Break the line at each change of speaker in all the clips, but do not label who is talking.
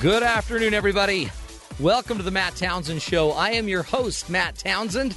Good afternoon, everybody. Welcome to the Matt Townsend Show. I am your host, Matt Townsend,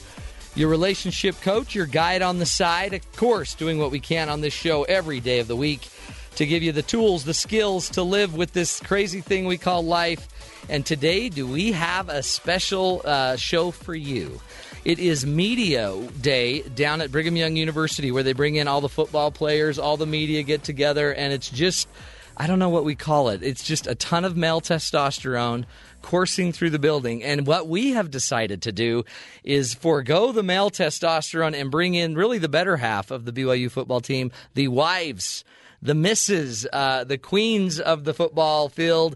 your relationship coach, your guide on the side, of course, doing what we can on this show every day of the week to give you the tools, the skills to live with this crazy thing we call life. And today, do we have a special uh, show for you? It is Media Day down at Brigham Young University, where they bring in all the football players, all the media get together, and it's just. I don't know what we call it. It's just a ton of male testosterone coursing through the building. And what we have decided to do is forego the male testosterone and bring in really the better half of the BYU football team, the wives, the misses, uh, the queens of the football field.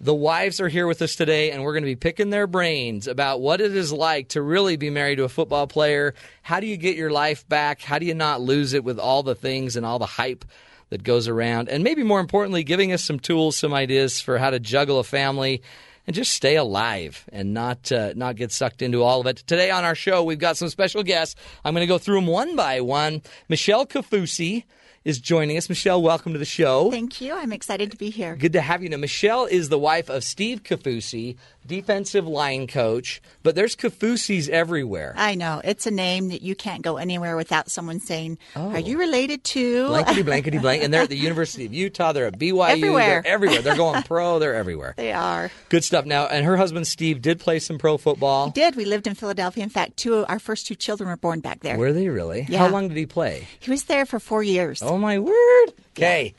The wives are here with us today, and we're going to be picking their brains about what it is like to really be married to a football player. How do you get your life back? How do you not lose it with all the things and all the hype that goes around? And maybe more importantly, giving us some tools, some ideas for how to juggle a family and just stay alive and not uh, not get sucked into all of it. Today on our show, we've got some special guests. I'm going to go through them one by one. Michelle Kafusi is joining us. Michelle, welcome to the show.
Thank you. I'm excited to be here.
Good to have you. Now, Michelle is the wife of Steve Kafusi, defensive line coach, but there's Kafusis everywhere.
I know. It's a name that you can't go anywhere without someone saying, Are you
Oh.
related to?
Blankety, blankety, blank. And they're at the University of Utah. They're at BYU.
Everywhere.
They're everywhere. They're going pro. They're everywhere.
they are.
Good stuff. Now, and her husband Steve did play some pro football.
Did. We lived in Philadelphia. In fact, two our first two children were born back there.
Were they really?
Yeah.
How long did he play?
He was there for four years.
Oh my word. Okay.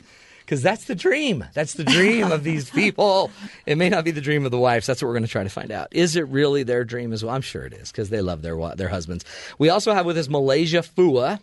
Because that's the dream. That's the dream of these people. It may not be the dream of the wives. That's what we're going to try to find out. Is it really their dream as well? I'm sure it is because they love their wa- their husbands. We also have with us Malaysia Fua.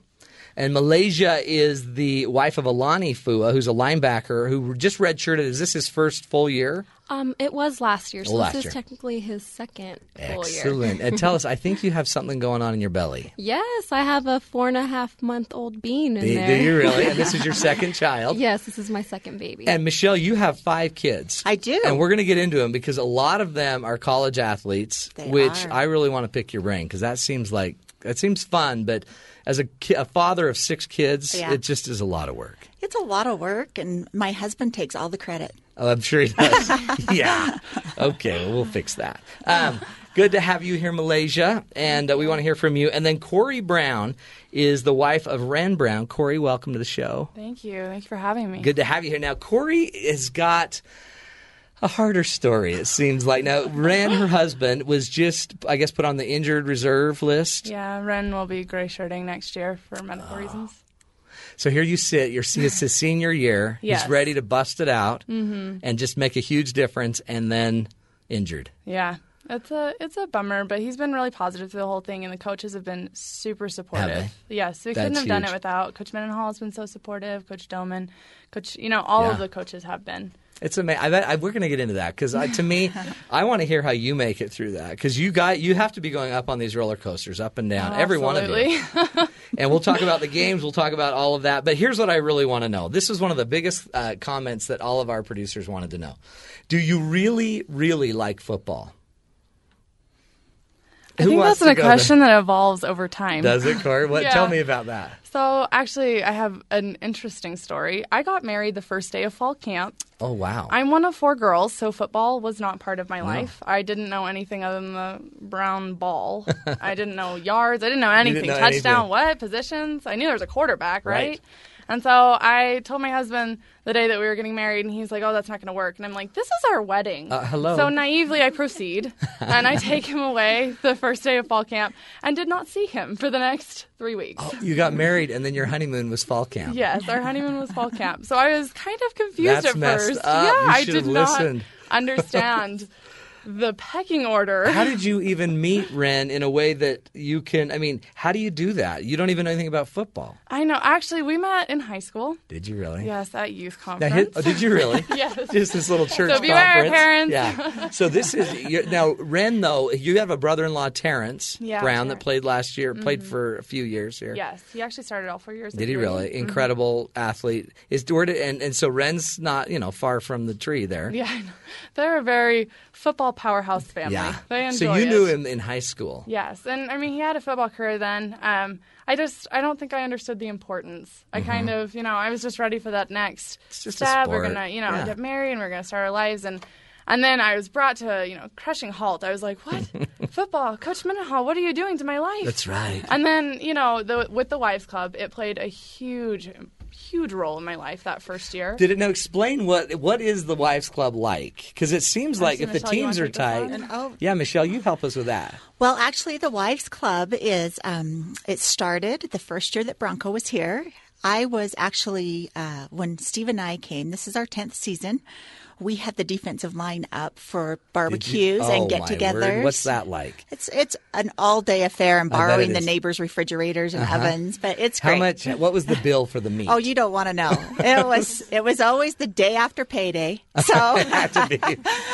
And Malaysia is the wife of Alani Fua, who's a linebacker who just redshirted. Is this his first full year?
Um, it was last year, so
Oh, last
this
year.
is technically his second full year.
Excellent. and tell us, I think you have something going on in your belly.
Yes, I have a four and a half month old bean in
Do,
there.
do you really? And this is your second child.
Yes, this is my second baby.
And Michelle, you have five kids.
I do.
And we're going to get into them because a lot of them are college athletes,
They
which
are.
I really want to pick your brain because that seems like that seems fun, but as a, ki- a father of six kids,
Yeah.
it just is a lot of work.
It's a lot of work, and my husband takes all the credit.
Oh, I'm sure he does. yeah. Okay, well, we'll fix that. Um, good to have you here, Malaysia, and uh, we want to hear from you. And then Corey Brown is the wife of Ren Brown. Corey, welcome to the show.
Thank you. Thank you for having me.
Good to have you here. Now, Corey has got a harder story, it seems like. Now, Ren, her husband, was just, I guess, put on the injured reserve list.
Yeah, Ren will be gray shirting next year for
Ah.
medical reasons.
So here you sit. You're, it's his senior year.
Yes. Mm-hmm.
He's ready to bust it out and just make a huge difference, and then injured.
Yeah. It's a it's a bummer, but he's been really positive through the whole thing, and the coaches have been super supportive.
they?
Yes, we couldn't
That's
have done it
huge.
without Coach Mendenhall has been so supportive. Coach Doman, Coach, you know, all
Yeah.
of the coaches have been.
It's amazing. I bet I, we're going to get into that because to me, I want to hear how you make it through that because you got you have to be going up on these roller coasters, up and down, every one of you.
Absolutely.
and we'll talk about the games. We'll talk about all of that. But here's what I really want to know. This is one of the biggest uh, comments that all of our producers wanted to know. Do you really, really like football?
I think that's a question that evolves over time.
Does it, Corey? What?
Yeah.
Tell me about that.
So actually, I have an interesting story. I got married the first day of fall camp.
Oh wow!
I'm one of four girls, so football was not part of my life. I didn't know anything other than the brown ball. I didn't know yards. I didn't know anything.
didn't know
Touchdown,
anything.
what? Positions? I knew there was a quarterback, right?
Right.
And so I told my husband the day that we were getting married, and he's like, oh, that's not going to work. And I'm like, this is our wedding.
Uh, hello.
So naively, I proceed, and I take him away the first day of fall camp and did not see him for the next three weeks.
you got married, and then your honeymoon was fall camp.
Yes, our honeymoon was fall camp. So I was kind of confused
That's
at
messed
first.
up. You
Yeah, I
should
did
have
not
listened.
understand the pecking order.
How did you even meet Ren in a way that you can? I mean, how do you do that? You don't even know anything about football.
I know. Actually, we met in high school.
Did you really?
Yes, at youth
Now, hit,
conference.
oh, did you really?
Yes.
Just this little church
So beware,
conference.
parents.
Yeah. So this is you're, now Ren though. You have a brother-in-law Terrence
Yeah,
Brown that
Terrence. Mm-hmm.
played last year, played for a few years here.
Yes, he actually started all four years. Mm-hmm.
Did he really? Incredible athlete. Is where did, and and so Ren's not you know far from the tree there.
Yeah, I know. they're a very football powerhouse family.
Yeah.
They enjoy
so you
it.
knew him in high school.
Yes, and I mean he had a football career then. Um, I just I don't think I understood the importance. I kind of you know I was just ready for that next
Mm-hmm. just a
step. We're
sport.
gonna you know
Yeah.
get married and we're gonna start our lives and And then I was brought to, you know, crushing halt. I was like, what? Football, Coach Mendenhall, what are you doing to my life?
That's right.
And then, you know, the, with the Wives Club, it played a huge, huge role in my life that first year.
Did it now explain what what is the wives club like? Because it seems like if the
Michelle, you
teams
wanna
are
take this
tight,
one?
And oh-
yeah, Michelle, you help us with that.
Well, actually, the Wives Club is, um, it started the first year that Bronco was here. I was actually, uh, when Steve and I came, this is our 10th season, we had the defensive line up for barbecues
Oh,
and
my
get togethers.
word. What's that like?
It's it's an all day affair and
I bet it
borrowing the
is. Uh-huh.
neighbors' refrigerators and ovens, but it's
How
great.
much? What was the bill for the meat?
Oh, you don't want to know. It was it was always the day after payday. So
had to be.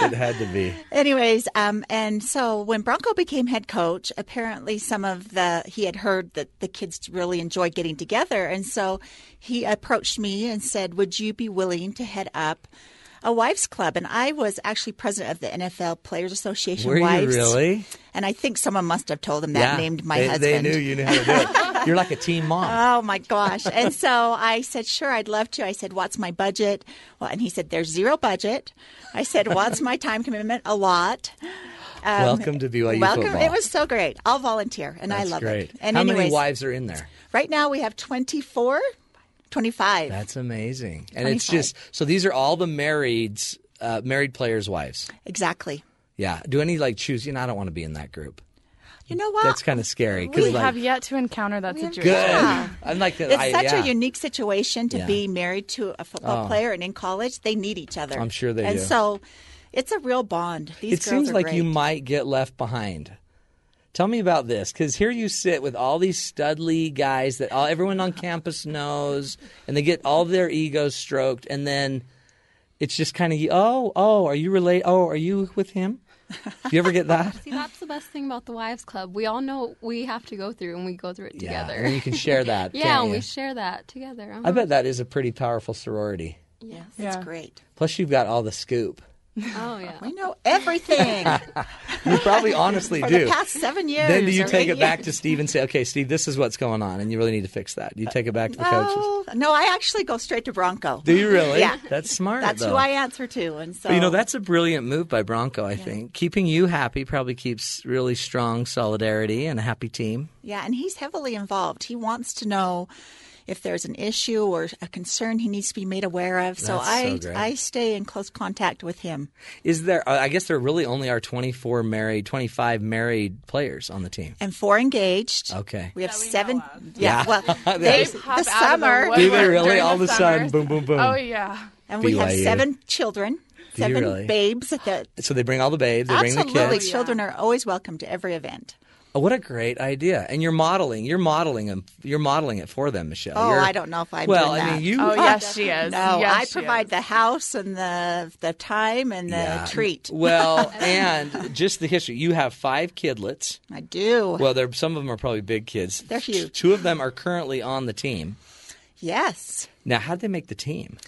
It had to be.
Anyways, um, and so when Bronco became head coach, apparently some of the he had heard that the kids really enjoy getting together, and so he approached me and said, "Would you be willing to head up a wives club?" And I was actually president of the NFL Players Association.
Were you
wives,
really?
And I think someone must have told him that.
yeah.
Named my
they,
husband.
They knew you knew how to do it. You're like a team mom.
Oh my gosh. And so I said, sure, I'd love to. I said, what's my budget? Well, and he said, there's zero budget. I said, what's my time commitment? A lot. Um,
Welcome to BYU
welcome.
football.
It was so great. I'll volunteer and I
That's
love
great.
it. And
How
anyways,
many wives are in there?
right now we have 24, 25.
That's amazing. And it's
25.
just so these are all the marrieds, uh, married players' wives.
exactly.
Yeah. Do any like choose? You know, I don't want to be in that group.
You know what?
That's kind of scary.
We
Because like,
have yet to encounter that situation.
good.
Yeah.
I'm like,
it's
I,
such
yeah.
a unique situation to
Yeah. Oh.
be married to a football player, and in college they need each other.
I'm sure they
and
do.
so, it's a real bond. These
it
girls
seems
are
like
great.
you might get left behind. Tell me about this, because here you sit with all these studly guys that all, everyone on campus knows, and they get all their egos stroked, and then it's just kind of, oh, oh, are you related? Oh, are you with him? Do you ever get that?
See, that's the best thing about the Wives Club. We all know what we have to go through and we go through it
Yeah, and
together.
you can share that.
Yeah,
can't
and we
you?
share that together. Uh-huh.
I bet that is a pretty powerful sorority.
Yes.
That's
Yeah.
great.
Plus, you've got all the scoop.
Oh, yeah.
We know everything.
You probably honestly
for
do.
the past seven years.
then do you
or
take
eight
it back to
years.
Steve and say, okay, Steve, this is what's going on, and you really need to fix that? Do you take it back to the coaches?
Oh, no, I actually go straight to Bronco.
Do you really?
Yeah.
That's smart.
That's
though.
who I answer to, and so
But, you know, that's a brilliant move by Bronco, I think. Keeping you happy probably keeps really strong solidarity and a happy team.
yeah, and he's heavily involved. He wants to know if there's an issue or a concern he needs to be made aware of. So
That's so
I
great.
I stay in close contact with him.
Is there, I guess there really only are 24 married, 25 married players on the team.
And four engaged.
Okay.
We have seven.
Yeah.
Yeah. Well, they,
pop
the
out of the
summer,
woodwork
Do they really?
during
All
the
of a sudden,
summers.
boom, boom, E. boom.
Oh yeah.
and we have
BYU.
seven children,
Do you
seven
really?
babes at the.
So E. they bring all the babes, they
Absolutely,
bring the kids.
children are always welcome to every event.
Oh, what a great idea! And you're modeling, you're modeling them, you're modeling it for them, Michelle.
Oh,
You're-
I don't know if I'm
Well,
doing
I mean,
that.
you.
Oh yes, she is.
No,
Yes,
I
she
provide
is.
the house and the the time and the
Yeah.
treat.
Well, and just the history. You have five kidlets.
I do.
Well, they're, some of them are probably big kids.
They're huge.
Two of them are currently on the team.
yes.
Now, how'd they make the team?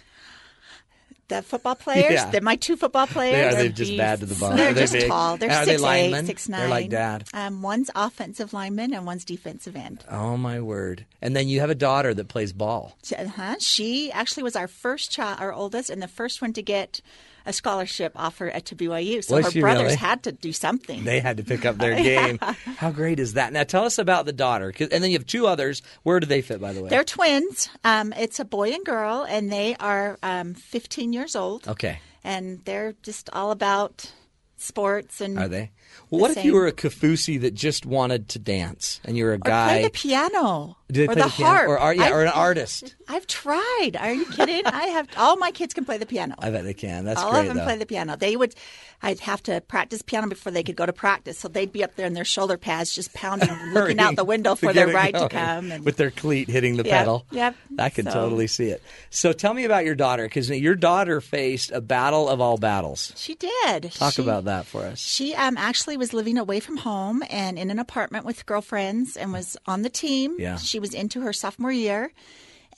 The football players,
Yeah.
the, my two football
They are
players,
they just bad to the bone.
they're
Are they
just
big?
tall. They're
are
six
they linemen?
eight, six nine.
They're like dad.
Um, one's offensive lineman and one's defensive end.
Oh my word! And then you have a daughter that plays ball.
She- Uh-huh. She actually was our first child, our oldest, and the first one to get a scholarship offer at to BYU. So
Was she
her brothers
really?
had to do something.
They had to pick up their game. How great is that? Now tell us about the daughter, 'cause- and then you have two others. Where do they fit, by the way?
they're twins. Um, it's a boy and girl, and they are um, 15 years old.
okay.
and they're just all about sports and
Are they? Well, what if you
Mm. same.
were a Kafusi that just wanted to dance, and you're a
or
guy?
play the piano
do they
or
play
the,
the, piano?
harp
or are, yeah,
I've,
or an artist?
I've tried. Are you kidding? I have all my kids can play the piano.
I bet they can. That's
all
great.
of them
though.
play the piano. They would. I'd have to practice piano before they could go to practice, so they'd be up there in their shoulder pads, just pounding, looking out the window for
their
their ride to come. And
with their cleat hitting the
Yep,
pedal.
yep.
I can
So-
totally see it. So tell me about your daughter, because your daughter faced a battle of all battles.
she did.
Talk
She-
about that for us.
She um, actually was living away from home and in an apartment with girlfriends and was on the team.
Yeah.
She was into her sophomore year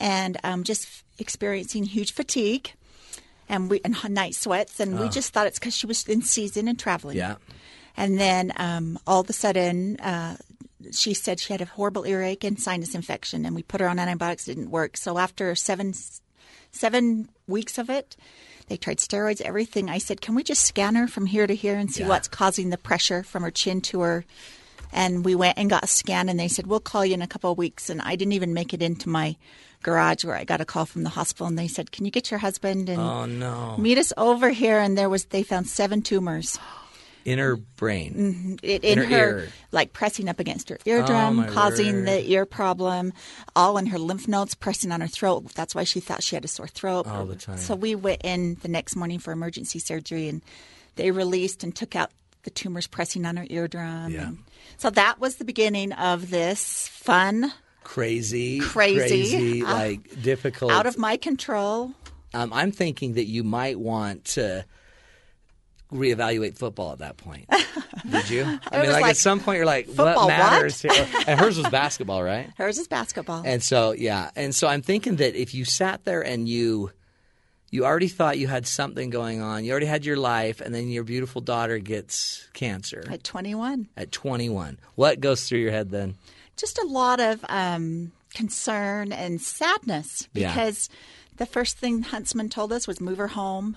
and um, just f- experiencing huge fatigue and we and h- night sweats. And we just thought it's because she was in season and traveling.
Ah. Yeah.
And then um, all of a sudden, uh, she said she had a horrible earache and sinus infection, and we put her on antibiotics. Didn't work. So after seven seven weeks of it, They tried steroids, everything. I said, can we just scan her from here to here and see what's causing the pressure from her chin to her? And we went and got a scan, and they said, we'll call you in a couple of weeks. And I didn't even make it into my garage where I got a call from the hospital, and they said, can you get your husband and
Oh no,
meet us over here? And there was, they found seven tumors
in her brain.
Mm-hmm. it, in,
In her
her,
ear.
like pressing up against her
Oh,
eardrum,
my
causing
word.
the ear problem, all in her lymph nodes, pressing on her throat. That's why she thought she had a sore throat.
All the time.
So we went in the next morning for emergency surgery, and they released and took out the tumors pressing on her eardrum.
Yeah.
And so that was the beginning of this fun,
Crazy,
Crazy.
crazy,
Ah.
like difficult.
out of my control.
um, I'm thinking that you might want to reevaluate football at that point. Did you? I mean,
was
like,
like,
at some point, you're like, what
"Football, what?"
matters? here? and hers was basketball, right?
Hers is basketball.
And so, yeah. And so I'm thinking that if you sat there and you you already thought you had something going on, you already had your life, and then your beautiful daughter gets cancer
at 21.
at 21. What goes through your head then?
just a lot of um, concern and sadness
Yeah.
because the first thing Huntsman told us was move her home,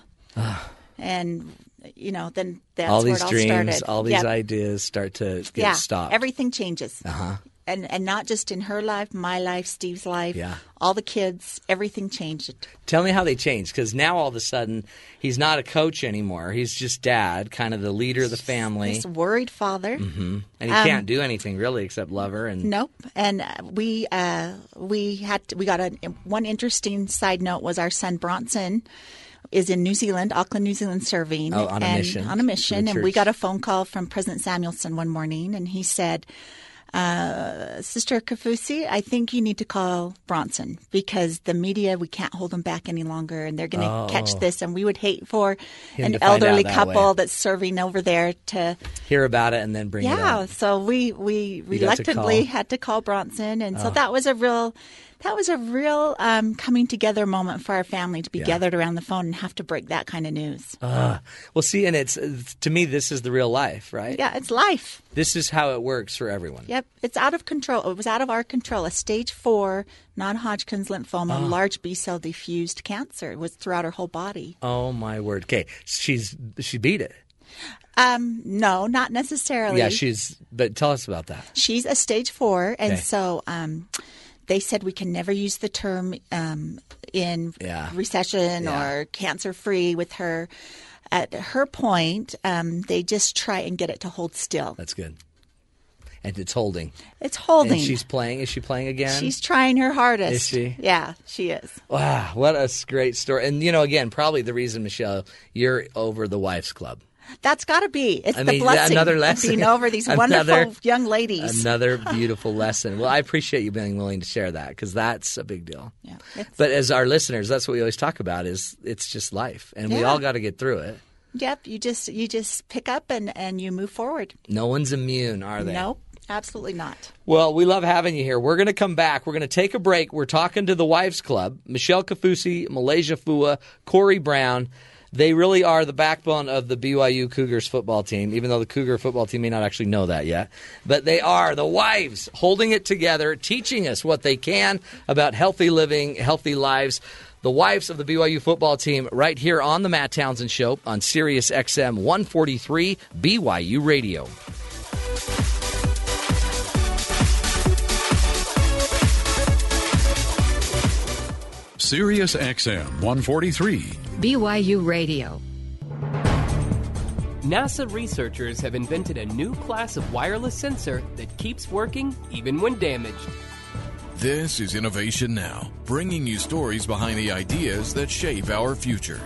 and you know then that's
all
where
these
it all
dreams,
started.
all these
Yep.
ideas start to get
yeah,
stopped. Uh-huh.
everything changes. And, and not just in her life, my life, Steve's life,
Yeah.
all the kids, everything changed.
Tell me how they changed because now all of a sudden he's not a coach anymore. He's just dad, kind of the leader of the family, Mm-hmm.
This Um, worried father,
and he can't do anything really except love her. And
Nope. And uh, we uh, we had we got a one interesting side note was our son Bronson is in New Zealand, Auckland, New Zealand, serving
Oh, on a
and
mission
on a mission.
to the
And we
church.
got a phone call from President Samuelson one morning, and he said. Uh, Sister Kafusi, I think you need to call Bronson because the media we can't hold them back any longer, and they're going to catch this. And we would hate for
Oh. Him
an
to find out
elderly
that
couple
way.
that's serving over there to
hear about it and then bring it
yeah,
up.
so we we
got to
reluctantly
call. Oh.
had to call Bronson, and so that was a real that was a real um, coming together moment for our family to be gathered around the phone and have to break that kind of news.
Uh, well, see, and it's to me this is the real life, right?
yeah, it's life.
This is how it works for everyone.
Yep, it's out of control. It was out of our control. A stage four non-Hodgkin's
Oh.
lymphoma, large B cell diffused cancer, was throughout her whole body.
Oh my word. Okay, she's she beat it.
Um, no, not necessarily.
Yeah, she's. But tell us about that.
She's a stage four, and
Okay.
so um, they said we can never use the term um, in
Yeah.
recession
Yeah.
or cancer free with her. At her point, um, they just try and get it to hold still.
That's good. And it's holding.
It's holding.
And she's playing. Is she playing again?
She's trying her hardest.
Is she?
Yeah, she is.
Wow, what a s- great story. And, you know, again, probably the reason, Michelle, you're over the Wives Club.
That's got to be. It's
I
the
mean,
blessing
another
of
lesson.
being over these wonderful
Another-
young ladies.
Another beautiful lesson. Well, I appreciate you being willing to share that because that's a big deal.
Yeah, it's-
But as our listeners, that's what we always talk about is it's just life. And we
Yeah.
all got to get through it.
Yep, you just you just pick up and and you move forward.
No one's immune, are they?
Nope, absolutely not.
Well, we love having you here. We're going to come back. We're going to take a break. We're talking to the Wives Club, Michelle Kafusi, Malaysia Fua, Corey Brown. They really are the backbone of the BYU Cougars football team, even though the Cougar football team may not actually know that yet. But they are the wives holding it together, teaching us what they can about healthy living, healthy lives. The wives of the BYU football team right here on the Matt Townsend Show on Sirius XM 143 BYU Radio.
Sirius XM 143.
BYU Radio.
NASA researchers have invented a new class of wireless sensor that keeps working even when damaged.
This is Innovation Now, bringing you stories behind the ideas that shape our future.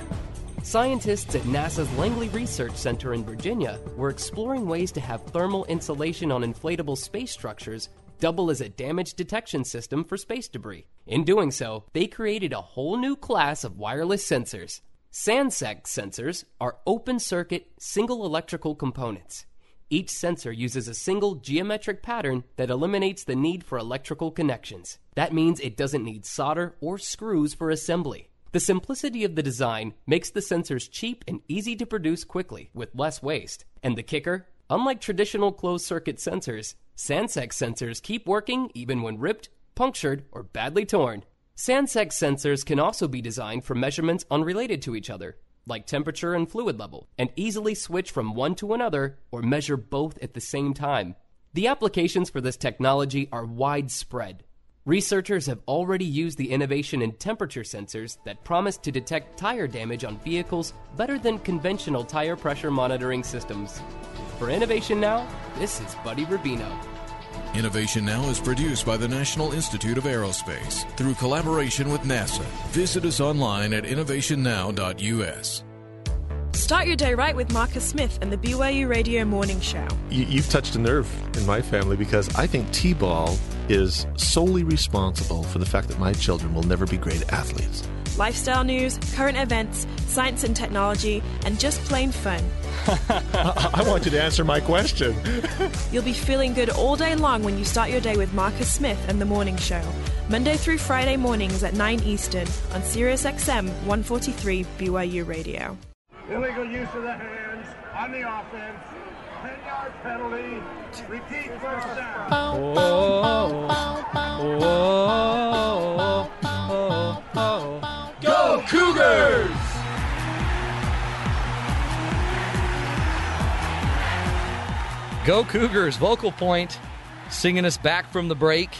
Scientists at NASA's Langley Research Center in Virginia were exploring ways to have thermal insulation on inflatable space structures double as a damage detection system for space debris. In doing so, they created a whole new class of wireless sensors. SANSEC sensors are open circuit, single electrical components. Each sensor uses a single geometric pattern that eliminates the need for electrical connections. That means it doesn't need solder or screws for assembly. The simplicity of the design makes the sensors cheap and easy to produce quickly with less waste. And the kicker? Unlike traditional closed circuit sensors, Sansec sensors keep working even when ripped, punctured, or badly torn. Sansec sensors can also be designed for measurements unrelated to each other. like temperature and fluid level, and easily switch from one to another or measure both at the same time. The applications for this technology are widespread. Researchers have already used the innovation in temperature sensors that promise to detect tire damage on vehicles better than conventional tire pressure monitoring systems. For Innovation Now, this is Buddy Rubino.
Innovation Now is produced by the National Institute of Aerospace through collaboration with NASA. Visit us online at innovationnow.us.
Start your day right with Marcus Smith and the BYU Radio Morning Show.
You, you've touched a nerve in my family because I think T ball is solely responsible for the fact that my children will never be great athletes.
Lifestyle news, current events, science and technology, and just plain fun.
I, I want you to answer my question.
You'll be feeling good all day long when you start your day with Marcus Smith and the Morning Show. Monday through Friday mornings at 9 Eastern on Sirius XM 143 BYU Radio.
Illegal use of the hands on the offense. 10 yard penalty. Repeat first down.
Go Cougars! Go Cougars, Vocal Point, singing us back from the break.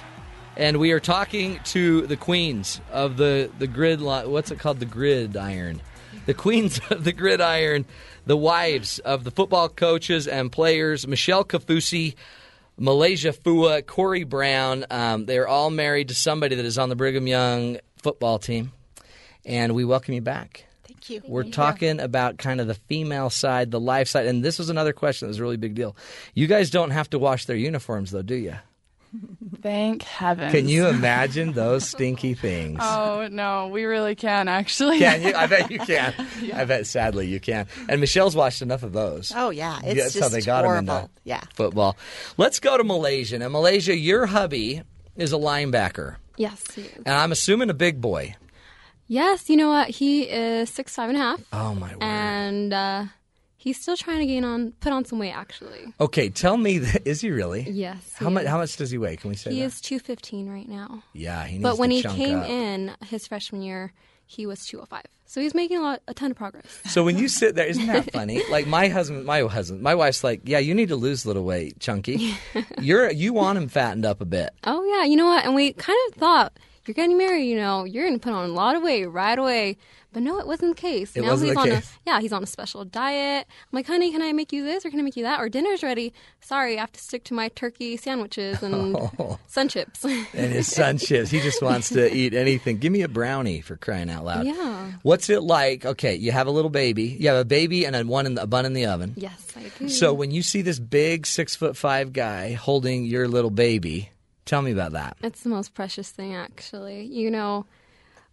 And we are talking to the queens of the, the grid, li- what's it called? The gridiron. The queens of the gridiron, the wives of the football coaches and players, Michelle Kafusi, Malaysia Fua, Corey Brown. Um, they're all married to somebody that is on the Brigham Young football team. And we welcome you back.
Thank you.
We're talking about kind of the female side, the life side, and this was another question that was a really big deal. You guys don't have to wash their uniforms, though, do you?
Thank heavens.
Can you imagine those stinky things?
Oh no, we really can actually.
Can you? I bet you can. I bet sadly you can. And Michelle's watched enough of those.
Oh, yeah. It's
That's how
just
they got him
horrible.
into
Yeah.
football. Let's go to Malaysia. Now, Malaysia, your hubby is a linebacker,
Yes. He is.
and I'm assuming a big boy.
Yes, you know what? He is six five and a half,
Oh my word!
and uh, he's still trying to gain on, put on some weight. Actually,
okay, tell me, that, is he really?
yes.
How
he
much?
is.
How much does he weigh? Can we say
He
that?
is two fifteen right now.
yeah, he needs
But when
to
he
chunk
came
up.
in his freshman year, he was 205. So he's making a lot, a ton of progress.
So when you sit there, isn't that funny? Like my husband, my husband, my wife's like, "Yeah, you need to lose a little weight, chunky. You're you want him fattened up a bit."
Oh yeah, you know what? And we kind of thought you're getting married, you know, you're going to put on a lot of weight right away. But no, it wasn't the case.
It wasn't
he's
the
on
case.
a yeah, he's on a special diet. I'm like, honey, can I make you this or can I make you that? Or dinner's ready. Sorry, I have to stick to my turkey sandwiches and sun chips.
Oh. And his son shits. He just wants to eat anything. Give me a brownie for crying out loud.
Yeah.
What's it like? Okay, you have a little baby. You have a baby and a one in the, a bun in the oven.
yes, I do.
So when you see this big six foot five guy holding your little baby, tell me about that.
It's the most precious thing, actually. You know,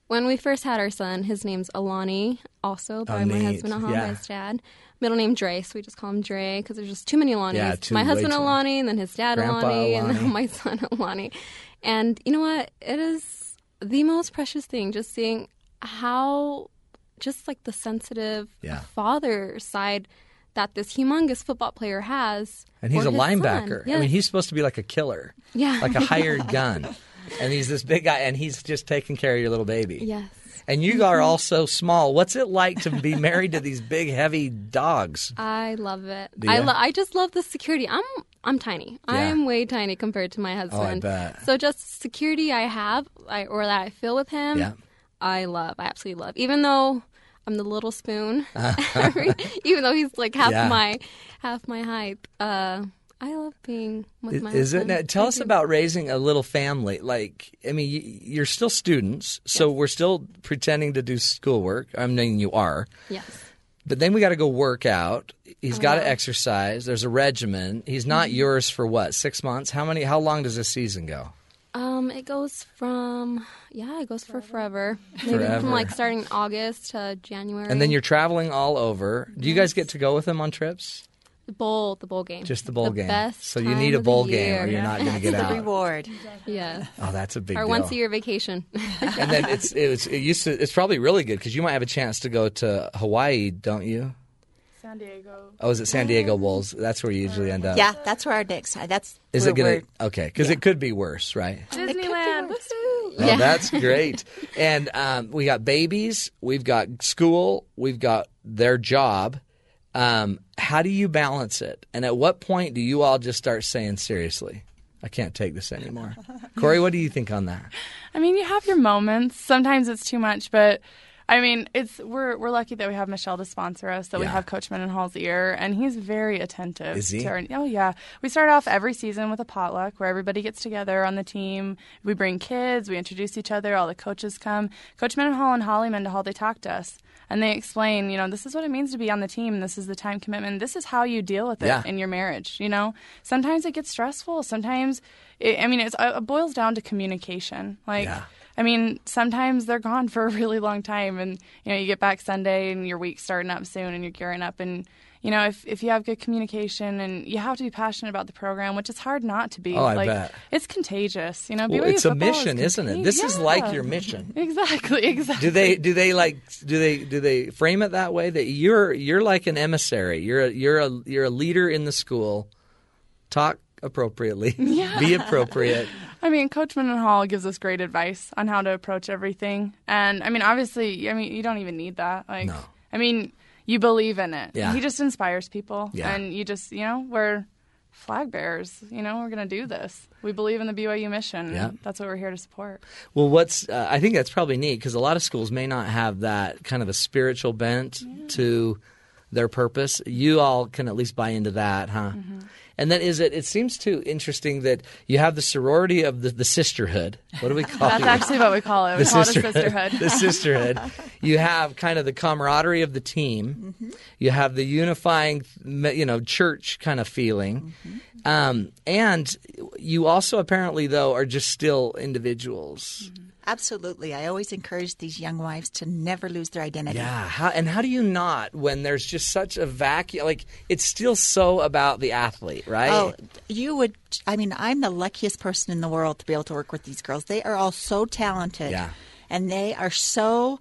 when we first had our son, his name's Alani, also by my
neat.
husband Alhan,
Yeah.
by his dad. Middle name Dre, so we just call him Dre because there's just too many Alanis.
Yeah, too-
my
way
husband
too many.
Alani, and then his dad
Grandpa
Alani, and
Alani.
then my son Alani. And you know what? It is the most precious thing. Just seeing how, just like the sensitive
Yeah.
father side that this humongous football player has.
And he's
for
a
his son.
linebacker. I
Yes.
mean, he's supposed to be like a killer,
Yeah.
like a hired gun. And he's this big guy, and he's just taking care of your little baby.
yes.
And you
Mm-hmm.
are all so small. What's it like to be married to these big, heavy dogs?
I love it.
Do
I
ya?
lo- I just love the security. I'm I'm tiny. I
Yeah. Oh,
am way tiny compared to my husband.
bet.
So just security I have, I or that I feel with him.
Yeah.
I love. I absolutely love. Even though I'm the little spoon, even though he's like half
Yeah.
my half my height. Uh, I love being with my.
Is it?
husband.
Now, tell
I
us
do.
about raising a little family. Like, I mean, y- you're still students, so we're still pretending to do schoolwork. I mean, you are,
yes.
but then we got to go work out. He's
Oh,
got to exercise. There's a regimen. He's
Mm-hmm.
not yours for what? Six months? How many? How long does this season go?
Um, it goes from yeah, it goes for forever. Maybe
Forever.
from like starting August to January.
And then you're traveling all over. Do you guys get to go with him on trips?
The bowl, the bowl game.
Just the bowl game.
Best
so you
time
need a
of the
bowl game,
year.
or you're not going to get
The
out.
reward.
Yeah.
Oh, that's a big
Or
deal.
once a year vacation.
and then it's it's it used to, it's probably really good because you might have a chance to go to Hawaii, don't you?
San Diego.
Oh, is it San Diego
Mm.
Wolves? That's where you usually end up.
Yeah, that's where our next. That's
Is
where
it gonna
we're-
okay? Because it could be worse, right?
It could be
Disneyland.
worse.
Woohoo.
Oh, that's great. And um, we got babies, we've got school, we've got their job. Um, how do you balance it? And at what point do you all just start saying, seriously, I can't take this anymore? Corey, what do you think on that?
I mean, you have your moments. Sometimes it's too much, but I mean, it's we're we're lucky that we have Michelle to sponsor us, that we
Yeah.
have Coachman and Hall's ear, and he's very attentive.
Is he?
To our, oh yeah, we start off every season with a potluck where everybody gets together on the team. We bring kids, we introduce each other. All the coaches come. Coachman and Hall and Holly Mendenhall they talk to us. And they explain, you know, this is what it means to be on the team. This is the time commitment. This is how you deal with it
Yeah.
in your marriage. You know, sometimes it gets stressful. Sometimes, it, I mean, it's, uh, it boils down to communication. Like,
Yeah.
I mean, sometimes they're gone for a really long time, and you know, you get back Sunday, and your week's starting up soon, and you're gearing up, and you know, if if you have good communication, and you have to be passionate about the program, which is hard not to be.
Oh, I
like,
bet.
It's contagious, you know.
Well,
BYU
it's a
football
mission,
is
isn't it?
contagi-
This is like
Yeah.
your mission.
Exactly, exactly.
Do they do they like do they do they frame it that way that you're you're like an emissary. You're a, you're a you're a leader in the school. Talk appropriately. Be appropriate.
I mean, Coachman and Hall gives us great advice on how to approach everything. And I mean, obviously, I mean, you don't even need that. Like,
No.
I mean, you believe in it.
Yeah.
He just inspires people.
Yeah.
And you just, you know, we're flag bearers. You know, we're going to do this. We believe in the BYU mission.
Yeah.
That's what we're here to support.
Well, what's uh, I think that's probably neat because a lot of schools may not have that kind of a spiritual bent to their purpose. You all can at least buy into that, huh?
Mm-hmm.
And then is it? It seems too interesting that you have the sorority of the, the sisterhood. What do we call
That's
it?
actually what we call it. We call it a
the
sisterhood.
sisterhood. You have kind of the camaraderie of the team.
Mm-hmm.
You have the unifying, you know, church kind of feeling.
Mm-hmm.
Um, and you also apparently, though, are just still individuals.
Mm-hmm. Absolutely. I always encourage these young wives to never lose their identity.
Yeah. How, and how do you not when there's just such a vacuum? Like, it's still so about the athlete, right?
Oh, you would. I mean, I'm the luckiest person in the world to be able to work with these girls. They are all so talented.
Yeah.
And they are so,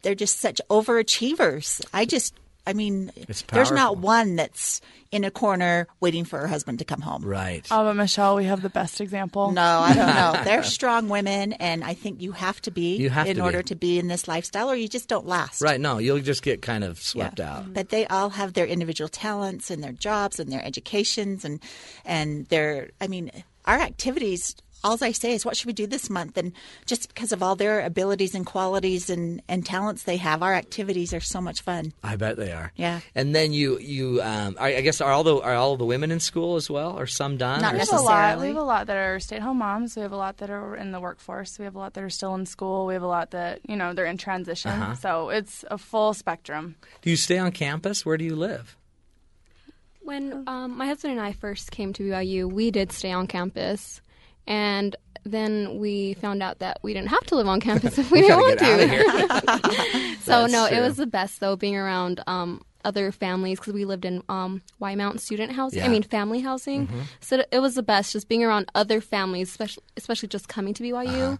they're just such overachievers. I just, I mean,
It's
there's
powerful.
not one that's in a corner waiting for her husband to come home.
Right.
Oh, but Michelle, we have the best example.
No, I don't know. They're strong women, and I think you have to be
You have
in
to be.
order to be in this lifestyle, or you just don't last.
Right. No, you'll just get kind of swept out.
Mm-hmm. But they all have their individual talents and their jobs and their educations and and their I mean our activities all I say is what should we do this month and just because of all their abilities and qualities and and talents they have our activities are so much fun.
I bet they are.
Yeah.
And then you you um, I, I guess are all the are all the women in school as well? Are some done?
Not
Or-
We have a lot.
necessarily.
We have a lot that are stay-at-home moms. We have a lot that are in the workforce. We have a lot that are still in school. We have a lot that you know they're in transition.
Uh-huh.
So it's a full spectrum.
Do you stay on campus? Where do you live?
When um, my husband and I first came to BYU, we did stay on campus, and then we found out that we didn't have to live on campus if we, didn't
Gotta
want
get out
to.
of here.
So
That's
no,
true.
it was the best though being around um, other families because we lived in um, Mount student housing.
Yeah. Mm-hmm.
I mean family housing. So it was the best just being around other families, especially especially just coming to BYU.
Uh-huh.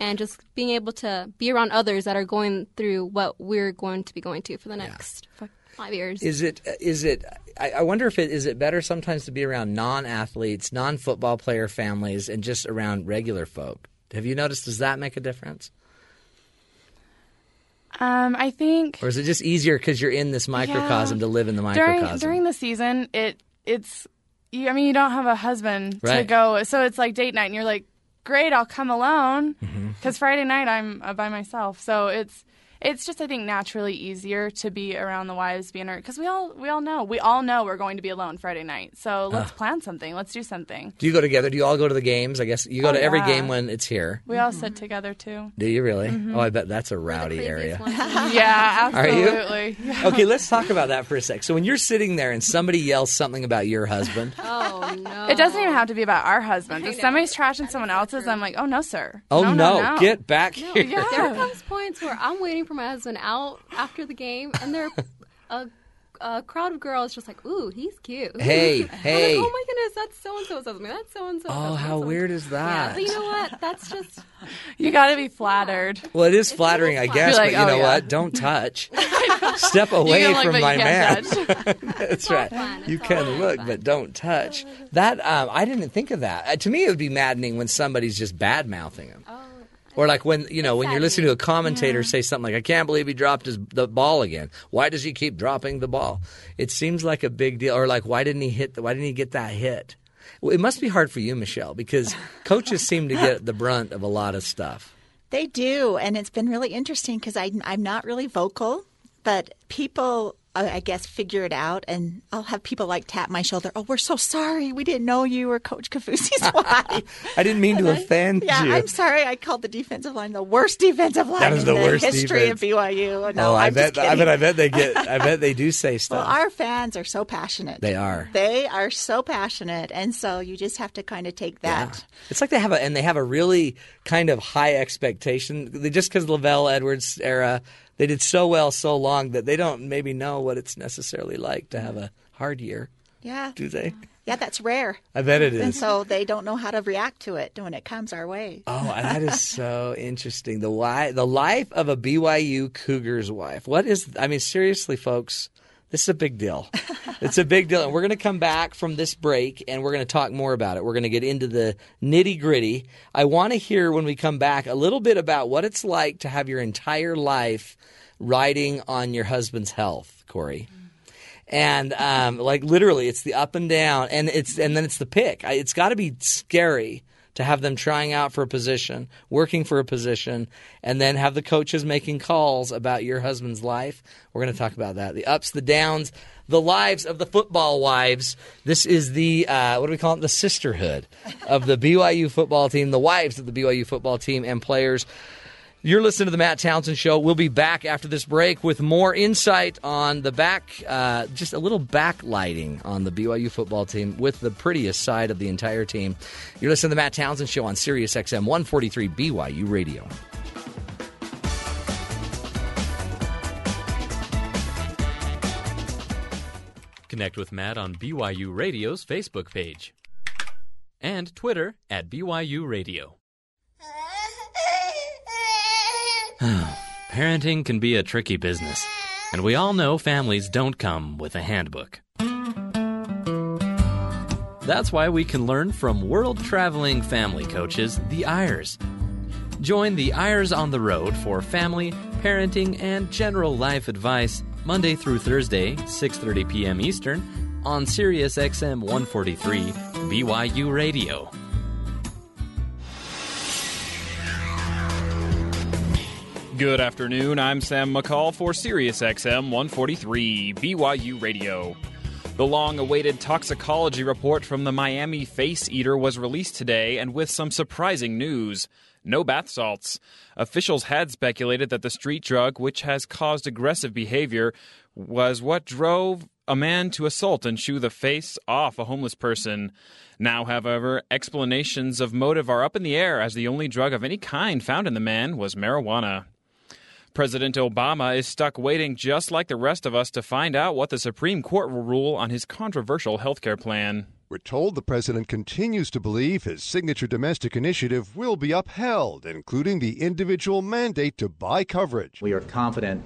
And just being able to be around others that are going through what we're going to be going to for the next fi- five years.
Is it is it? I, I wonder if it is it better sometimes to be around non-athletes, non-football player families, and just around regular folk. Have you noticed? Does that make a difference,
Um, I think
or is it just easier because you're in this microcosm to live in the
during
microcosm?
during the season, it it's. You, I mean, you don't have a husband to
Right.
go, so it's like date night, and you're like, "Great, I'll come alone," because
Mm-hmm.
Friday night I'm uh, by myself. So it's it's just I think naturally easier to be around the wives, being because we all we all know we all know we're going to be alone Friday night. So let's plan something. Let's do something.
do you go together? Do you all go to the games? I guess you go
Oh,
to every
yeah.
game when it's here.
We all Mm-hmm. sit together too.
Do you really? Oh, I bet that's a rowdy area.
Craziest one.
Yeah,
Are you?
absolutely.
okay, let's talk about that for a sec. So when you're sitting there and somebody yells something about your husband,
Oh no!
It doesn't even have to be about our husband. If somebody's trashing someone else's, I'm like, oh no, sir.
oh no,
no.
get back here.
yeah.
There comes points where I'm waiting for my husband out after the game, and there are a, a crowd of girls just like, "Ooh, he's cute."
Hey,
I'm like,
hey.
oh my goodness, that's so and so's husband. That's so and so.
Oh, how weird is
Yeah,
that?
but you know what? That's just
You got to be flattered.
Well, it is flattering, I guess,
You're like,
but you
oh,
know
yeah.
what? Don't touch. Step away
you can, like,
from
but
my
you
man.
can't judge.
That's right.
fun. It's
You
all
can
fun.
look, but don't touch.
Oh,
That um, I didn't think of that. Uh, to me, it would be maddening when somebody's just bad mouthing him. Or like when you know when you're listening to a commentator say something like, "I can't believe he dropped his the ball again. Why does he keep dropping the ball?" It seems like a big deal. Or like, why didn't he hit? The, why didn't he get that hit? Well, it must be hard for you, Michelle, because coaches seem to get the brunt of a lot of stuff.
They do, and it's been really interesting because I'm not really vocal, but people, uh, I guess, figure it out, and I'll have people like tap my shoulder. Oh, we're so sorry, we didn't know you were Coach Kafusi's wife.
I didn't mean to offend
yeah,
you.
I'm sorry. I called the defensive line the worst defensive line
is
in the,
the worst
history
defense.
of BYU. No,
oh, I
I'm
bet.
just
I bet.
kidding.
I bet they get. I bet they do say stuff.
Well, our fans are so passionate.
They are.
They are so passionate, and so you just have to kind of take that.
It's like they have a and they have a really kind of high expectation. They just because Lavelle Edwards era, they did so well so long that they don't maybe know what it's necessarily like to have a hard year,
Yeah,
do they?
yeah, that's rare,
I bet it
and
is.
so they don't know how to react to it when it comes our way.
Oh, and that is so interesting. The why, the life of a BYU Cougars wife. What is? I mean, seriously, folks, this is a big deal. It's a big deal, and we're going to come back from this break, and we're going to talk more about it. We're going to get into the nitty gritty. I want to hear when we come back a little bit about what it's like to have your entire life riding on your husband's health, Corey and um, like literally, it's the up and down, and it's and then it's the pick. I, it's got to be scary to have them trying out for a position, working for a position, and then have the coaches making calls about your husband's life. We're going to talk about that: the ups, the downs, the lives of the football wives. This is the uh, what do we call it? The sisterhood of the BYU football team, the wives of the BYU football team, and players. You're listening to the Matt Townsend Show. We'll be back after this break with more insight on the back, uh, just a little backlighting on the BYU football team with the prettiest side of the entire team. You're listening to the Matt Townsend Show on Sirius XM 143 BYU Radio.
Connect with Matt on BYU Radio's Facebook page and Twitter at BYU Radio. Parenting can be a tricky business, and we all know families don't come with a handbook. That's why we can learn from world traveling family coaches, the IRS. Join the IRS on the road for family, parenting, and general life advice Monday through Thursday, 6:30 p.m. Eastern, on Sirius XM 143 BYU Radio.
Good afternoon. I'm Sam McCall for SiriusXM 143 BYU Radio. The long awaited toxicology report from the Miami Face Eater was released today and with some surprising news. No bath salts. Officials had speculated that the street drug, which has caused aggressive behavior, was what drove a man to assault and chew the face off a homeless person. Now, however, explanations of motive are up in the air as the only drug of any kind found in the man was marijuana. President Obama is stuck waiting just like the rest of us to find out what the Supreme Court will rule on his controversial healthcare plan.
We're told the president continues to believe his signature domestic initiative will be upheld, including the individual mandate to buy coverage. We are confident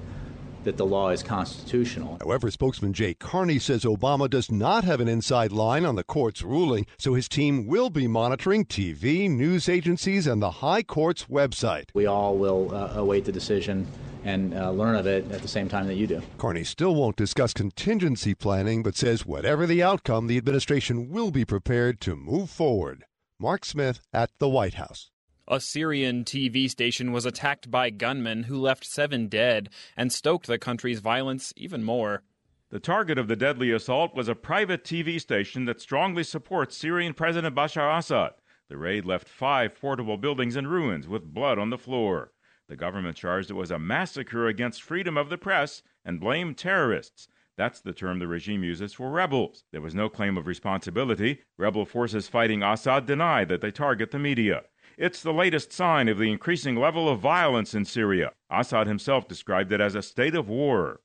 that the law is constitutional. However, spokesman Jay Carney says Obama does not have an inside line on the court's ruling, so his team will be monitoring TV, news agencies, and the high court's website. We all will uh, await the decision and uh, learn of it at the same time that you do. Carney still won't discuss contingency planning, but says whatever the outcome, the administration will be prepared to move forward. Mark Smith at the White House.
A Syrian TV station was attacked by gunmen who left seven dead and stoked the country's violence even more.
The target of the deadly assault was a private TV station that strongly supports Syrian President Bashar Assad. The raid left five portable buildings in ruins with blood on the floor. The government charged it was a massacre against freedom of the press and blamed terrorists. That's the term the regime uses for rebels. There was no claim of responsibility. Rebel forces fighting Assad deny that they target the media. It's the latest sign of the increasing level of violence in Syria. Assad himself described it as a state of war.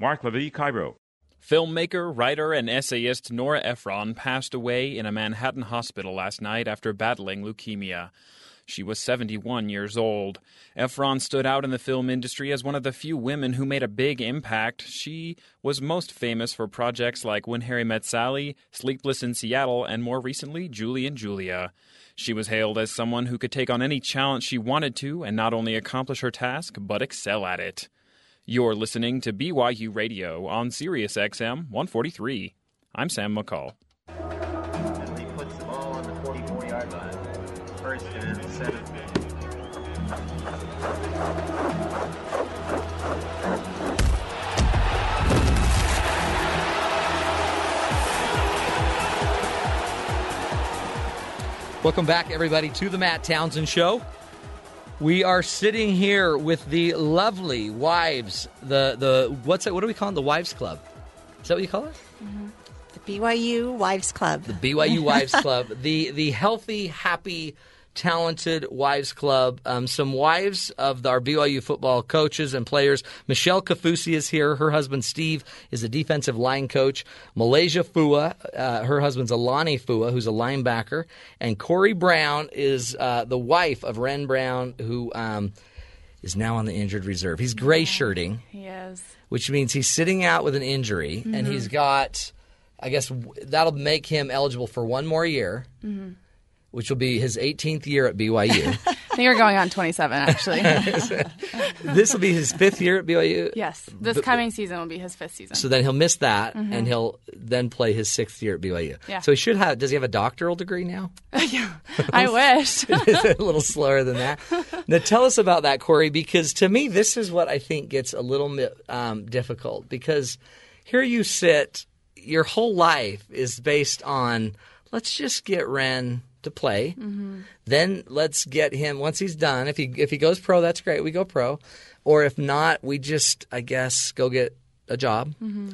Mark Levy, Cairo.
Filmmaker, writer, and essayist Nora Ephron passed away in a Manhattan hospital last night after battling leukemia. She was 71 years old. Efron stood out in the film industry as one of the few women who made a big impact. She was most famous for projects like When Harry Met Sally, Sleepless in Seattle, and more recently, Julie and Julia. She was hailed as someone who could take on any challenge she wanted to and not only accomplish her task, but excel at it. You're listening to BYU Radio on Sirius XM 143. I'm Sam McCall.
puts the ball on the 44 yard line. First and seven.
Welcome back, everybody, to the Matt Townsend Show. We are sitting here with the lovely wives. The the what's it? What do we call it? The wives club? Is that what you call it?
Mm-hmm. The BYU Wives Club. The
BYU Wives Club, the the healthy, happy, talented wives club. Um, some wives of our BYU football coaches and players. Michelle Kafusi is here. Her husband Steve is a defensive line coach. Malaysia Fua, uh, her husband's Alani Fua, who's a linebacker, and Corey Brown is uh, the wife of Ren Brown, who. Um, is now on the injured reserve. He's gray shirting
He is.
which means he's sitting out with an injury and
Mhm.
he's got i guess w- that'll make him eligible for one more year
Mm-hmm.
Mhm.
which will be his 18th year at byu
I think you're going on 27, actually.
this will be his fifth year at byu
yes. This
But-
coming season will be his fifth season.
so then he'll miss that
Mhm.
and he'll then play his sixth year at byu
Yeah.
so he should have does he have a doctoral degree now
I wish.
it is a little slower than that. Now, tell us about that, Corey, because to me, this is what I think gets a little mi- um, difficult. Because here you sit, your whole life is based on let's just get Ren to play.
Mm-hmm.
Then let's get him once he's done. If he if he goes pro, that's great. We go pro, or if not, we just I guess go get a job.
Mm-hmm.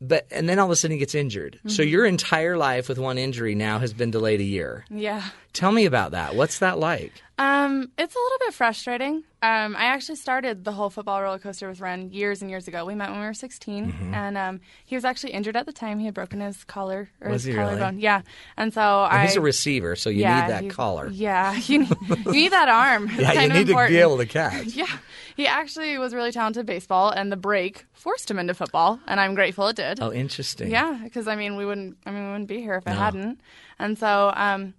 But and then all of a sudden he gets injured. So
Mhm.
your entire life with one injury now has been delayed a year.
Yeah.
Tell me about that. What's that like?
Um, it's a little bit frustrating. Um, I actually started the whole football roller coaster with Ren years and years ago. We met when we were 16,
Mm-hmm.
Mhm.
and um, he was actually injured at the time. He had broken his collar or
Was
his
he really?
collarbone. Yeah, and so
And
Oh, I.
he's a receiver, so you
Yeah,
need that
he's-
collar.
Yeah, you need, you need that arm. It's
Yeah, you
kind of
need to
important.
be able to catch.
yeah, he actually was really talented at baseball, and the break forced him into football, and I'm grateful it did.
Oh, interesting.
Yeah, because I mean, we wouldn't. I mean, we wouldn't be here if it
No.
hadn't. And so, um,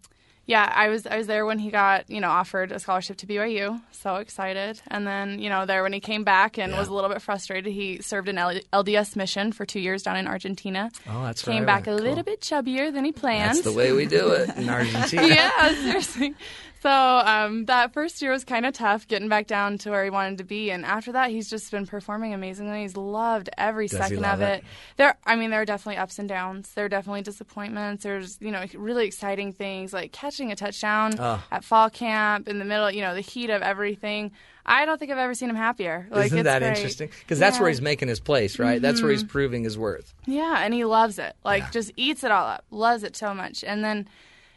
yeah, I was I was there when he got you know offered a scholarship to BYU. So excited. And then you know there when he came back and was a little bit frustrated. He served an L- LDS mission for two years down in Argentina.
Oh, that's
came
right.
back a
Cool.
little bit chubbier than he planned.
That's the way we do it in Argentina.
yeah, seriously. So um, that first year was kind of tough, getting back down to where he wanted to be, and after that, he's just been performing amazingly. He's loved every
Does he
second
love
of
it?
it. There, I mean, there are definitely ups and downs. There are definitely disappointments. There's you know really exciting things like catching a touchdown
Oh.
Ah.
at fall camp in the middle, you know, the heat of everything. I don't think I've ever seen him happier. Like,
Isn't
it's
that
great.
interesting? Because that's where
Yeah.
he's making his place, right? That's where he's
Mhm.
proving his worth.
Yeah, and he loves it. Like, just eats it all up. Loves it so much. And then,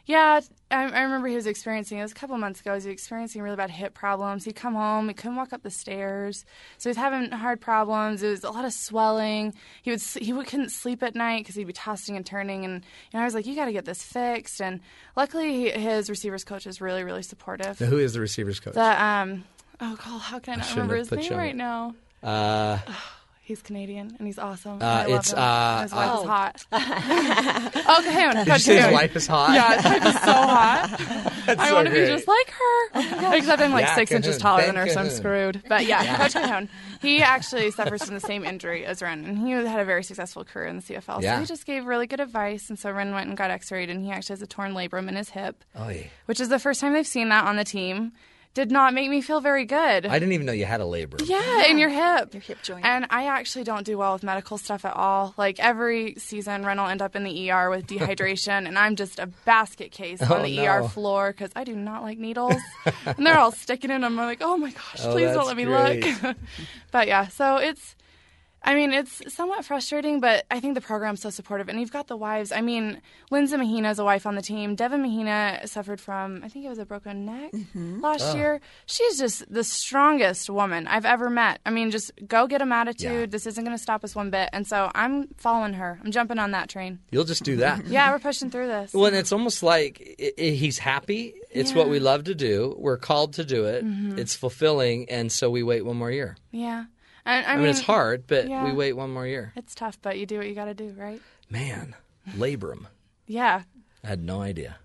yeah, I, I remember he was experiencing, it was a couple months ago, he was experiencing really bad hip problems. He'd come home, he couldn't walk up the stairs. So he's having hard problems. It was a lot of swelling. He would s- he would, couldn't sleep at night because he'd be tossing and turning. And you know, I was like, you got to get this fixed. And luckily, he, his receivers coach is really, really supportive.
Now, who is the receivers coach?
The, um, oh, God, how can I
I
not
shouldn't
remember
have
his
put you
name
on
right
it.
now?
Uh,
He's Canadian and he's awesome. and
Uh,
I love
it's,
him.
uh,
his wife
uh,
is hot. okay, hang on.
Did you say his
Continue.
wife is hot?
Yeah, his wife is so hot. I
so
want to be
great.
just like her, except I'm like
Yeah,
six inches
Cahoon.
taller
Ben
than her, so I'm
Cahoon.
screwed. But yeah,
Yeah.
Coach Cahoon, he actually suffers from the same injury as Ren, and he had a very successful career in the CFL.
Yeah.
So he just gave really good advice, and so Ren went and got X-rayed, and he actually has a torn labrum in his hip,
Oh, yeah.
which is the first time they've seen that on the team. Did not make me feel very good.
I didn't even know you had a labor.
Yeah, in your hip. Your hip joint. And I actually don't do well with medical stuff at all. Like every season, Ren will end up in the ER with dehydration, and I'm just a basket case
Oh,
on the
no.
ER floor because I do not like needles. and they're all sticking in them. I'm like, oh my gosh,
Oh,
please don't
that's
let me
great.
look. but yeah, so it's. I mean, it's somewhat frustrating, but I think the program's so supportive. And you've got the wives. I mean, Lindsay Mahina is a wife on the team. Devin Mahina suffered from, I think it was a broken neck last
Oh.
year. She's just the strongest woman I've ever met. I mean, just go get 'em attitude.
Yeah.
This isn't going to stop us one bit. And so I'm following her. I'm jumping on that train.
You'll just do that.
Yeah, we're pushing through this.
Well, and it's almost like i- i- he's happy. It's what
Yeah.
we love to do. We're called to do it.
Mhm.
It's fulfilling, and so we wait one more year.
Yeah. And, I,
I mean, it's hard, but
yeah.
we wait one more year.
It's tough, but you do what you got to do, right?
Man, labrum.
Yeah.
I had no idea.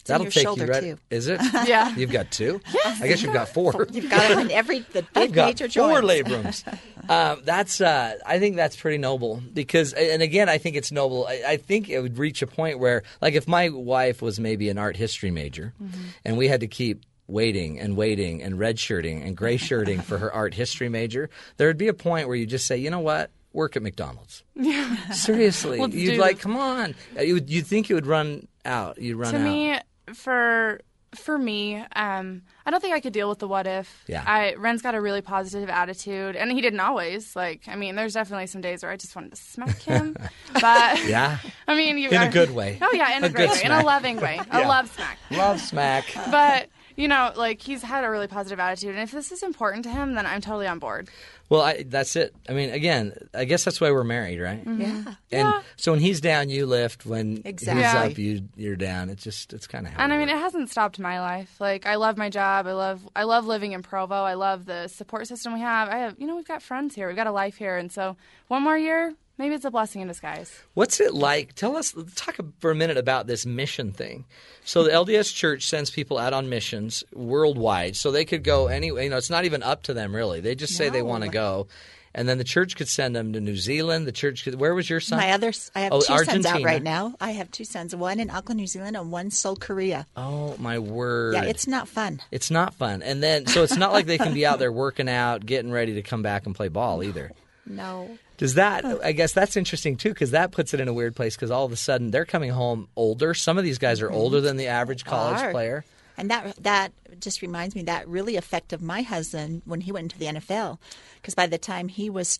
It's in your shoulder, too.
Is it?
Yeah.
You've got two. I guess you've got four.
You've got it in every the
I've
big
got
major
four
joints.
labrums. um, that's uh, I think that's pretty noble because, and again, I think it's noble. I, I think it would reach a point where, like, if my wife was maybe an art history major,
Mm-hmm.
and we had to keep waiting and waiting and red shirting and gray shirting for her art history major, there would be a point where you just say, you know what, work at McDonald's.
Yeah.
Seriously,
Let's
you'd
do
like,
this.
come on. Uh, You would, you'd think it would run out. You'd run
to
out.
me for for me um i don't think i could deal with the what if
Yeah.
i ren's got a really positive attitude and he didn't always like i mean there's definitely some days where i just wanted to smack him but
yeah.
i mean you
In a
are-
good way.
oh yeah in a,
A
great
good
way in a
smack.
loving way
Yeah.
a love smack
Love smack.
but you know like he's had a really positive attitude and if this is important to him then i'm totally on board
Well, I, that's it. I mean, again, I guess that's why we're married, right?
Mhm. Yeah.
And so when he's down, you lift. When
Exactly.
he's
Yeah.
up, you you're down. It's just it's kind of how.
And I mean, it hasn't stopped my life. Like, I love my job. I love, I love living in Provo. I love the support system we have. I have, you know, we've got friends here. We've got a life here, and so one more year, maybe it's a blessing in disguise.
What's it like? Tell us. Talk for a minute about this mission thing. So the LDS Church sends people out on missions worldwide, so they could go anyway. You know, it's not even up to them really. They just say they want to go, and then the church could send them to New Zealand. The church could. Where was your son?
My other, s- I have
Oh,
two sons out
Argentina.
right now. I have two sons, one in Auckland, New Zealand, and one Seoul, Korea.
Oh my word!
Yeah, it's not fun.
It's not fun. And then, so it's not like they can be out there working out, getting ready to come back and play ball either.
No.
Does that, I guess that's interesting too, because that puts it in a weird place because all of a sudden they're coming home older. Some of these guys are older than the average college
Are.
player.
And that that just reminds me that really affected my husband when he went into the NFL, because by the time he was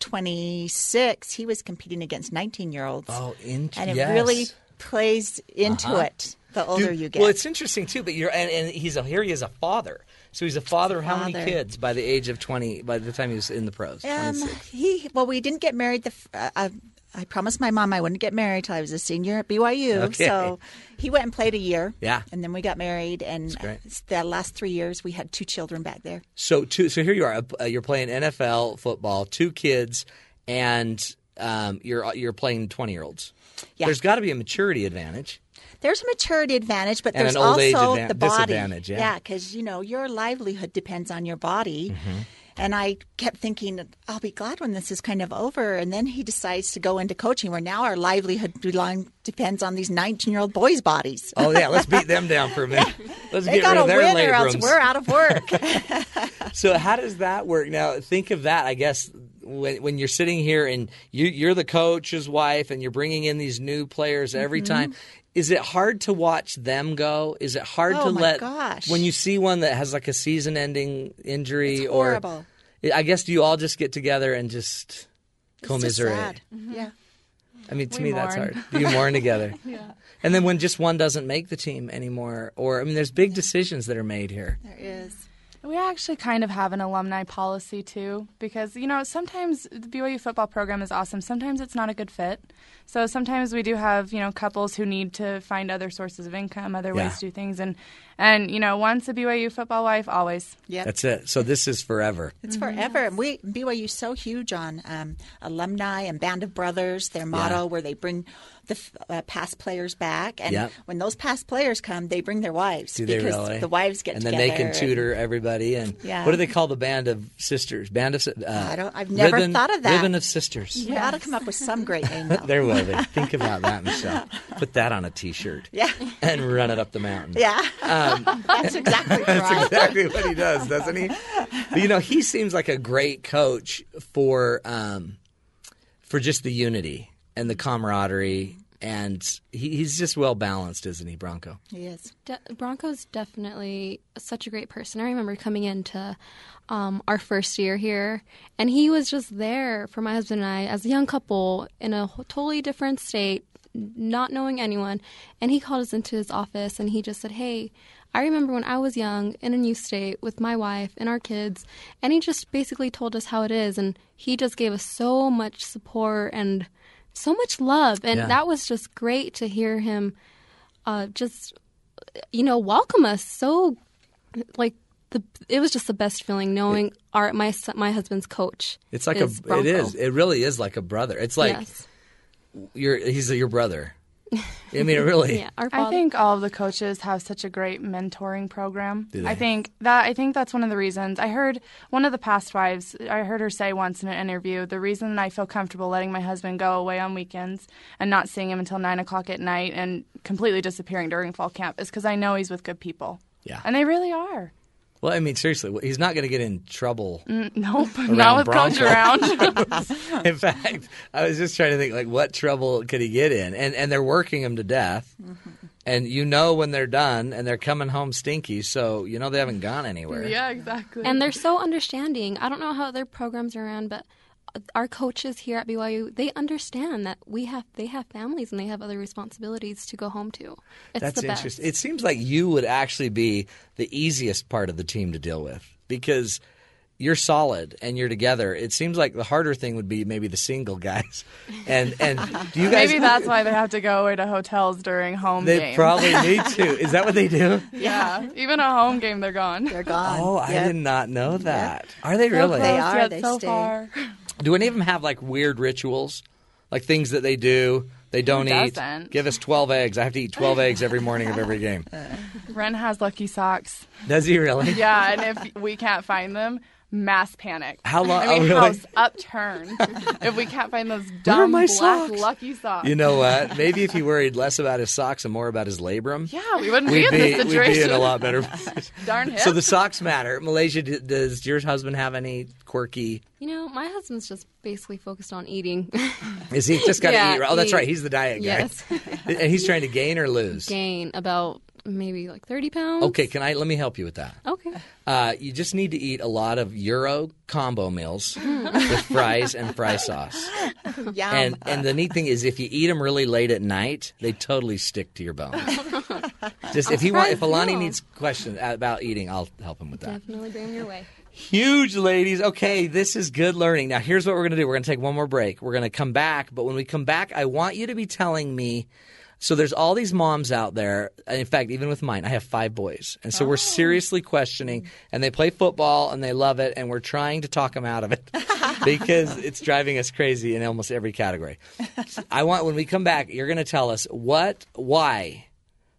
26, he was competing against 19 year olds.
Oh, int-
and it
yes.
really plays into
Uh-huh.
it the older
Dude,
you get.
Well, it's interesting too, but you're, and, and he's a, here he is a father. So he's a father of how many
Father.
kids by the age of 20, by the time he was in the pros?
Um,
26.
he well, we didn't get married. The f- uh, I, I promised my mom I wouldn't get married till I was a senior at BYU.
Okay.
So he went and played a year.
Yeah.
and then we got married, and
That's great.
uh, the last three years we had two children back there.
So two. So here you are. Uh, you're playing NFL football. Two kids, and um, you're you're playing twenty year olds.
Yeah.
There's got to be a maturity advantage.
There's a maturity advantage, but
And
there's
an old age
also
advan-
the body.
disadvantage, yeah.
because you know your livelihood depends on your body.
Mm-hmm.
And I kept thinking, I'll be glad when this is kind of over. And then he decides to go into coaching, where now our livelihood belong, depends on these 19 year old boys' bodies.
Oh yeah, let's beat them down for a minute. Let's
they
get rid
got
of
to
their
win, or else
labrums.
we're out of work.
So how does that work? Now think of that. I guess when when you're sitting here and you, you're the coach's wife and you're bringing in these new players every
Mhm.
time. Is it hard to watch them go? Is it hard
Oh,
to
my
let
gosh.
when you see one that has like a season-ending injury or
horrible.
I guess do you all just get together and just commiserate?
Yeah.
I mean, to
We
me, that's
mourn.
hard. You mourn together.
Yeah.
And then when just one doesn't make the team anymore, or I mean, there's big decisions that are made here.
There is.
We actually kind of have an alumni policy too, because you know sometimes the BYU football program is awesome. Sometimes it's not a good fit. So sometimes we do have you know couples who need to find other sources of income, other
Yeah.
ways to do things, and and you know once a BYU football wife, always.
Yep.
That's it. So this is forever.
It's forever. And we BYU's so huge on um, alumni and Band of Brothers. Their motto,
Yeah.
where they bring the f- uh, past players back, and
Yep.
when those past players come, they bring their wives
Do they
because
really?
the wives get
and
together.
then they can tutor everybody. And
Yeah. Oh,
what do they call the band of sisters? Band of si- uh,
I don't. I've never
ribbon-
thought of that.
Ribbon of sisters.
You ought to come up with some great name. though.
there will be. Think about that, Michelle. Put that on a T-shirt.
Yeah.
And run it up the mountain.
Yeah.
Um,
That's exactly
That's
right.
exactly what he does, doesn't he? But, you know, he seems like a great coach for um, for just the unity and the camaraderie and he, he's just well balanced, isn't he, Bronco?
Yes.
De- Bronco's definitely such a great person. I remember coming into um, our first year here, and he was just there for my husband and I as a young couple in a wh- totally different state, n- not knowing anyone. And he called us into his office and he just said, Hey, I remember when I was young in a new state with my wife and our kids. And he just basically told us how it is. And he just gave us so much support and so much love. And
Yeah.
that was just great to hear him uh, just you know welcome us so like the it was just the best feeling knowing our my son- my husband's coach
It's like
is
a it is
Bronco.
it really is like a brother. It's like
Yes.
your he's your brother. I mean, really.
I think all of the coaches have such a great mentoring program.
Do
I
they?
think that I think that's one of the reasons. I heard one of the past wives. I heard her say once in an interview, the reason I feel comfortable letting my husband go away on weekends and not seeing him until nine o'clock at night and completely disappearing during fall camp is because I know he's with good people.
Yeah.
and they really are.
Well, I mean, seriously, he's not going to get in trouble.
Mm, nope,
Around
not with coach
Bronco.
around.
in fact, I was just trying to think like what trouble could he get in? And and they're working him to death.
Mm-hmm.
And you know when they're done and they're coming home stinky, so you know they haven't gone anywhere.
exactly
and they're so understanding i don't know how their programs are run but uh, our coaches here at BYU they understand that we have they have families and they have other responsibilities to go home to it's
That's
the best
interesting. It seems like you would actually be the easiest part of the team to deal with because you're solid and you're together. It seems like the harder thing would be maybe the single guys. And and do you guys
Maybe that's why they have to go away to hotels during home
they
games.
probably need to. Is that what they do?
Yeah. Even a home game, they're gone. They're
gone.
Oh, I did not know that. Are they really?
They are. they stay.
Do any of them have like weird rituals, like things that they do? They don't eat.
doesn't?
Give us twelve eggs. I have to eat twelve eggs every morning of every game.
Ren has lucky socks.
Does he really?
Yeah, and if we can't find them, mass panic.
How lo-
I mean,
oh, really?
house upturned. if we can't find those dumb
my
black
socks?
lucky socks.
You know what? Maybe if he worried less about his socks and more about his labrum,
Yeah, we wouldn't
we'd
be in
be we'd
this
be in
situation.
a lot better. position.
Darn him.
so the socks matter. Malaysia, d- does your husband have any quirky?
you know my husband's just basically focused on eating
Is he just got to
Yeah,
eat? right? Oh, that's
eat.
right. He's the diet guy.
Yes.
and he's trying to gain or lose.
gain about maybe like 30 pounds
Okay, can I? Let me help you with
Oh.
that.
okay
Uh, you just need to eat a lot of Euro combo meals with fries and fry sauce.
Yum.
And and the neat thing is, if you eat them really late at night, they totally stick to your bones. Just if he wa- if Alani needs questions about eating, I'll help him with that.
definitely bring 'em your way
Huge, ladies. Okay, this is good learning. Now, here's what we're going to do. We're going to take one more break. We're going to come back, but when we come back, I want you to be telling me. So there's all these moms out there. and In fact, even with mine, I have five boys, and so we're seriously questioning. And they play football and they love it, and we're trying to talk them out of it because it's driving us crazy in almost every category. I want when we come back, you're going to tell us what, why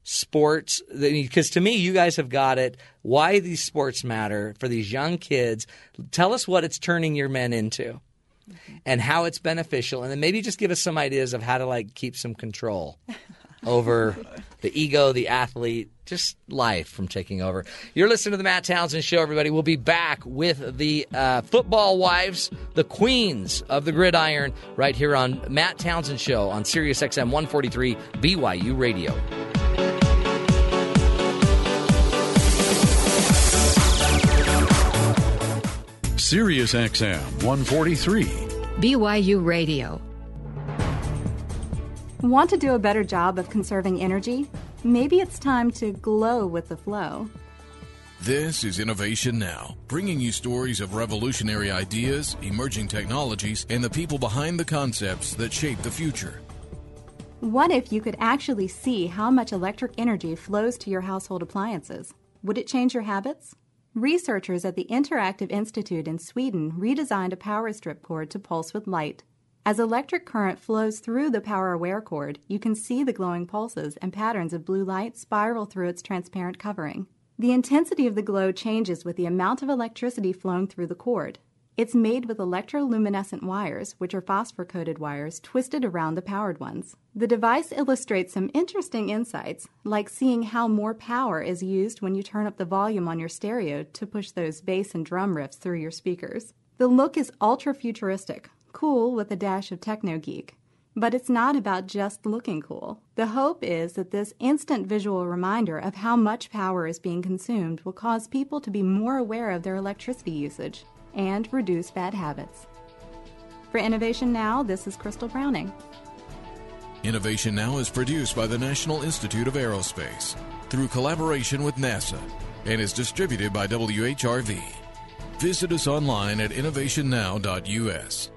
sports because to me you guys have got it why these sports matter for these young kids tell us what it's turning your men into and how it's beneficial and then maybe just give us some ideas of how to like keep some control over the ego the athlete just life from taking over you're listening to the matt townsend show everybody we'll be back with the uh, football wives the queens of the gridiron right here on matt townsend show on sirius xm 143 byu radio
Sirius XM 143.
BYU Radio.
Want to do a better job of conserving energy? Maybe it's time to glow with the flow.
This is Innovation Now, bringing you stories of revolutionary ideas, emerging technologies, and the people behind the concepts that shape the future.
What if you could actually see how much electric energy flows to your household appliances? Would it change your habits? Researchers at the Interactive Institute in Sweden redesigned a power strip cord to pulse with light. As electric current flows through the power aware cord, you can see the glowing pulses and patterns of blue light spiral through its transparent covering. The intensity of the glow changes with the amount of electricity flowing through the cord. It's made with electroluminescent wires, which are phosphor coated wires twisted around the powered ones. The device illustrates some interesting insights, like seeing how more power is used when you turn up the volume on your stereo to push those bass and drum riffs through your speakers. The look is ultra futuristic, cool with a dash of techno geek. But it's not about just looking cool. The hope is that this instant visual reminder of how much power is being consumed will cause people to be more aware of their electricity usage and reduce bad habits. For Innovation Now, this is Crystal Browning.
Innovation Now is produced by the National Institute of Aerospace through collaboration with NASA and is distributed by WHRV. Visit us online at innovationnow.us.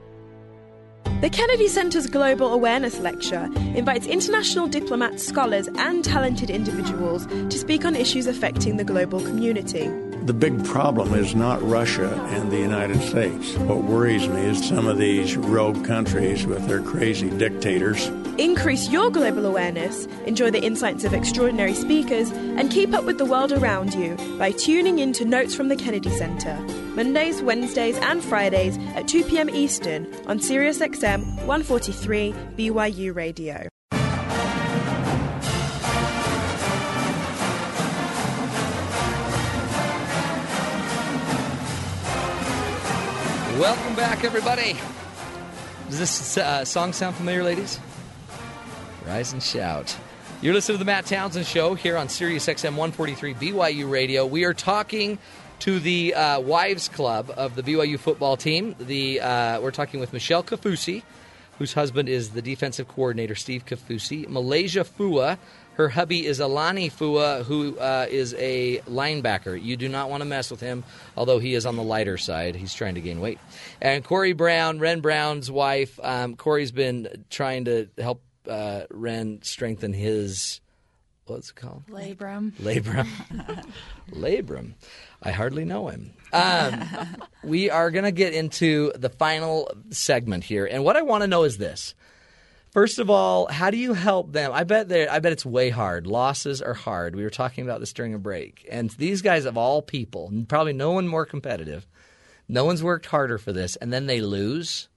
The Kennedy Center's Global Awareness Lecture invites international diplomats, scholars, and talented individuals to speak on issues affecting the global community.
The big problem is not Russia and the United States. What worries me is some of these rogue countries with their crazy dictators.
Increase your global awareness, enjoy the insights of extraordinary speakers, and keep up with the world around you by tuning in to Notes from the Kennedy Center, Mondays, Wednesdays, and Fridays at 2 p.m. Eastern on SiriusXM 143 BYU Radio.
Welcome back, everybody. Does this uh, song sound familiar, ladies? Rise and shout. You're listening to the Matt Townsend Show here on Sirius XM 143 BYU Radio. We are talking to the uh, Wives Club of the BYU football team. The uh, We're talking with Michelle Kafusi, whose husband is the defensive coordinator, Steve Kafusi. Malaysia Fua, her hubby is Alani Fua, who uh, is a linebacker. You do not want to mess with him, although he is on the lighter side. He's trying to gain weight. And Corey Brown, Ren Brown's wife. Um, Corey's been trying to help uh, Ren strengthen his what's it called?
Labrum.
Labrum. Labrum. I hardly know him. Um, we are going to get into the final segment here, and what I want to know is this. First of all, how do you help them? I bet they I bet it's way hard. Losses are hard. We were talking about this during a break. And these guys of all people, and probably no one more competitive, no one's worked harder for this, and then they lose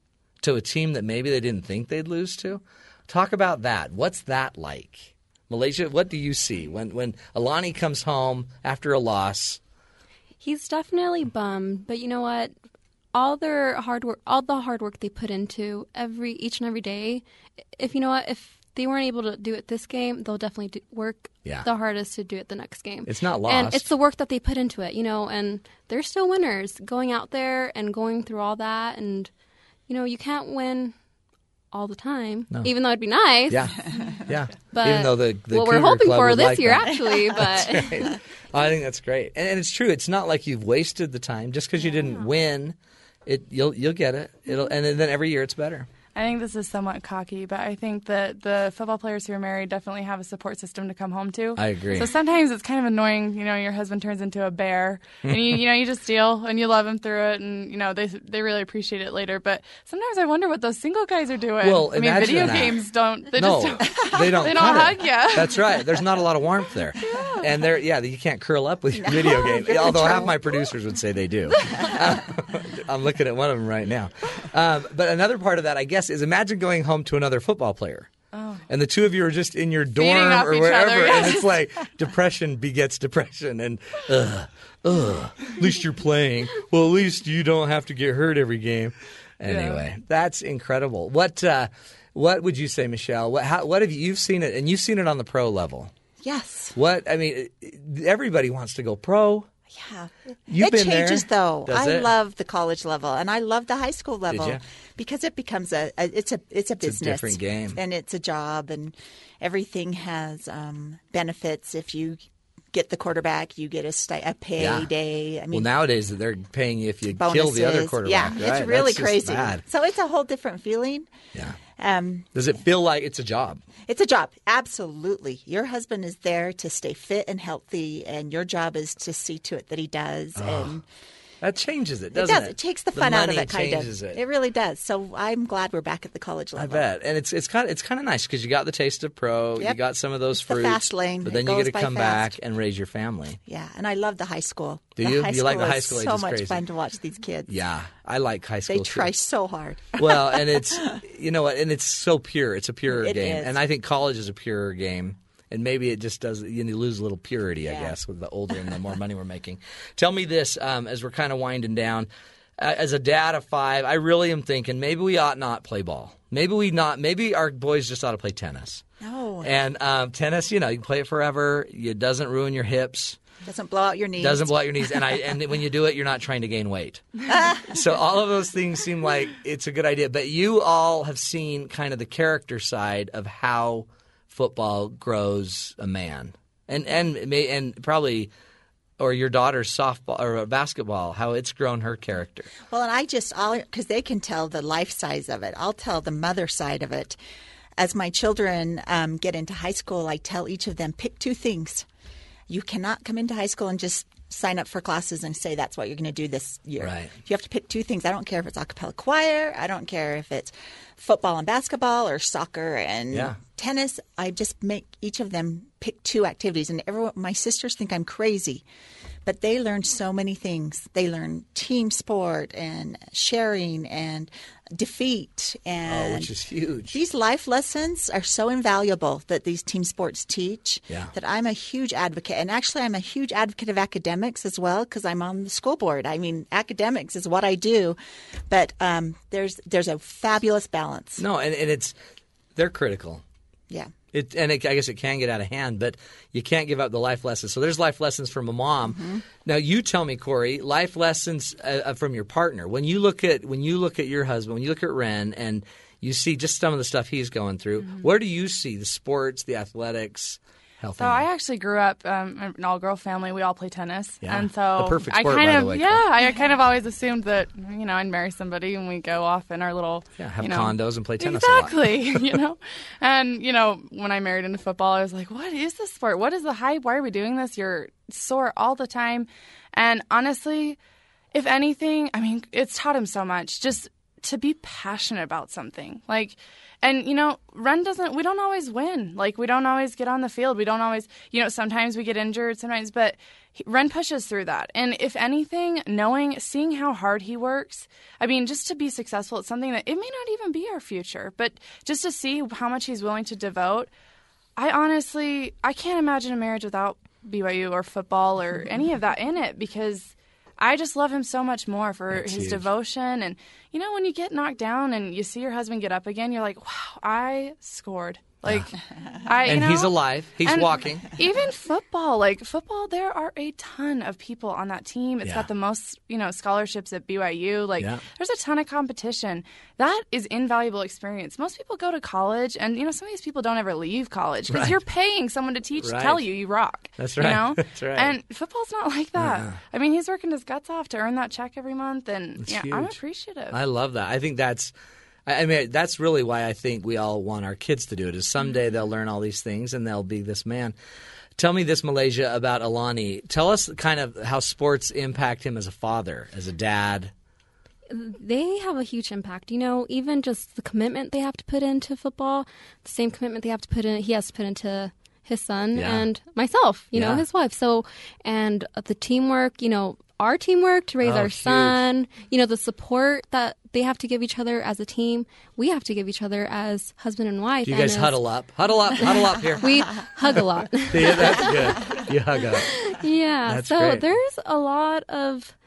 to a team that maybe they didn't think they'd lose to. Talk about that. What's that like? Malaysia, what do you see when when Alani comes home after a loss?
He's definitely bummed, but you know what? All their hard work, all the hard work they put into every each and every day. If you know what, if they weren't able to do it this game, they'll definitely do, work
Yeah.
the hardest to do it the next game.
It's not
and
lost.
it's the work that they put into it, you know. And they're still winners, going out there and going through all that, and you know, you can't win all the time,
No.
even though it'd be nice.
Yeah, yeah.
But
Even though the, the
what we're
Cougar
hoping
Club
for
would
this
like
year,
that.
actually, but-
That's right. I think that's great, and, and it's true. It's not like you've wasted the time just because you didn't win. It you'll you'll get it. It'll and then every year it's better.
I think this is somewhat cocky, but I think that the football players who are married definitely have a support system to come home to.
I agree.
So sometimes it's kind of annoying, you know, your husband turns into a bear, and you, you know, you just deal and you love him through it, and you know, they they really appreciate it later. But sometimes I wonder what those single guys are doing.
Well,
I mean,
imagine
video
that.
games don't. They
no,
just don't.
they don't.
they don't
cut
hug
it.
you.
That's right. There's not a lot of warmth there, and there. Yeah, you can't curl up with your video game. Although half my producers would say they do. Uh, I'm looking at one of them right now. Um, but another part of that, I guess, is imagine going home to another football player.
Oh.
and the two of you are just in your
Feeding
dorm
off
or
each
wherever,
other,
and
yes.
it's like depression begets depression, and ugh, ugh, at least you're playing. Well, at least you don't have to get hurt every game. Anyway, that's incredible. What uh, what would you say, Michelle? What how, what have you, you've seen it, and you've seen it on the pro level?
Yes.
What I mean, everybody wants to go pro.
Yeah.
You've
it
been there.
changes though.
Does
I
it?
love the college level and I love the high school level
ya?
because it becomes a, a it's a it's a
a
business
different game.
and it's a job and everything has um, benefits if you get the quarterback you get a, sti- a payday I mean
well, nowadays they're paying you if you kill
bonuses
the other quarterback.
yeah
right?
it's really
That's just
crazy
bad.
so it's a whole different feeling
Yeah.
um,
Does it feel like it's a job?
it's a job. Absolutely. Your husband is there to stay fit and healthy, and your job is to see to it that he does.
Oh,
and
That changes it,
it
doesn't it?
does. It takes the fun out of
money
it, kind of.
changes It.
really does. So I'm glad we're back at the college level.
I bet, and it's it's kind of, it's kind of nice because you got the taste of pro, you
Yep.
got some of those
the
fruits,
fast lane.
but
It
then you
goes
get to
by
come
fast.
back and raise your family.
Yeah, and I love the high school.
Do
the
you?
High
You like the
school
high
is
school age,
So
it's
much
crazy.
fun to watch these kids.
Yeah, I like high school.
they try
too.
so hard.
well, and it's you know what, and it's so pure. It's a purer
It
game,
is.
and I think college is a purer game. And maybe it just does. You lose a little purity, I
Yeah.
guess, with the older and the more money we're making. Tell me this, um, as we're kind of winding down. Uh, as a dad of five, I really am thinking maybe we ought not play ball. Maybe we not. Maybe our boys just ought to play tennis.
No.
And um, tennis, you know, you can play it forever. It doesn't ruin your hips.
Doesn't blow out your knees.
Doesn't blow out your knees. And I and when you do it, you're not trying to gain weight. so all of those things seem like it's a good idea. But you all have seen kind of the character side of how football grows a man, and and may- and probably. Or your daughter's softball or basketball, how it's grown her character.
Well, and I just all because they can tell the life size of it. I'll tell the mother side of it. As my children um, get into high school, I tell each of them pick two things. You cannot come into high school and just sign up for classes and say that's what you're going to do this year.
Right.
You have to pick two things. I don't care if it's a cappella choir. I don't care if it's football and basketball or soccer and
Yeah.
tennis. I just make each of them pick two activities, and everyone, my sisters think I'm crazy, but they learn so many things. They learn team sport and sharing and defeat and
Oh, which is huge.
These life lessons are so invaluable that these team sports teach.
Yeah.
That I'm a huge advocate, and actually, I'm a huge advocate of academics as well because I'm on the school board. I mean, academics is what I do, but um, there's there's a fabulous balance.
No, and, and it's they're critical.
Yeah.
It, and it, I guess it can get out of hand, but you can't give up the life lessons. So there's life lessons from a mom.
Mm-hmm.
Now you tell me, Corey, life lessons uh, uh, from your partner. When you look at when you look at your husband, when you look at Ren, and you see just some of the stuff he's going through.
Mm-hmm.
Where do you see the sports, the athletics, health?
So I actually grew up um, in an all-girl family. We all play tennis,
Yeah.
and so
A perfect sport,
I kind
by the
of
way,
yeah, I kind of always assumed that you know I'd marry somebody and we go off in our little
Yeah, have
you know-
condos and play tennis a lot.
exactly. you know, and you know when I married into football, I was like, what is this sport? What is the hype? Why are we doing this? You're sore all the time, and honestly, if anything, I mean, it's taught him so much. Just to be passionate about something. Like, and you know, run doesn't, we don't always win. Like, we don't always get on the field. We don't always, you know, sometimes we get injured, sometimes, but he, run pushes through that. And if anything, knowing, seeing how hard he works, I mean, just to be successful at something that it may not even be our future, but just to see how much he's willing to devote. I honestly, I can't imagine a marriage without BYU or football or any of that in it because I just love him so much more for
That's
his
huge.
devotion. And you know, when you get knocked down and you see your husband get up again, you're like, wow, I scored. Like, I you
and he's
know?
alive. He's
And
walking.
Even football, like football, there are a ton of people on that team. It's
Yeah.
got the most, you know, scholarships at BYU. Like,
Yeah.
there's a ton of competition. That is invaluable experience. Most people go to college, and you know, some of these people don't ever leave college because
Right.
you're paying someone to teach, to
Right.
tell you you rock.
That's
You
right.
know,
That's right.
And football's not like that.
Uh-uh.
I mean, he's working his guts off to earn that check every month, and
That's
yeah, I'm
huge.
appreciative.
I love that. I think that's. I I mean, that's really why I think we all want our kids to do it. Is someday they'll learn all these things and they'll be this man. Tell me this, Malaysia, about Alani. Tell us kind of how sports impact him as a father, as a dad.
they have a huge impact. You know, even just the commitment they have to put into football, the same commitment they have to put in, he has to put into his son
Yeah.
and myself, you know,
Yeah.
his wife. So, and the teamwork, you know, our teamwork to raise
Oh,
our
huge.
son, you know, the support that they have to give each other as a team, we have to give each other as husband and wife.
Do you guys huddle up? Huddle up, huddle up here.
we hug a lot.
Yeah, that's good. You hug up.
yeah.
That's
so
great.
there's a lot of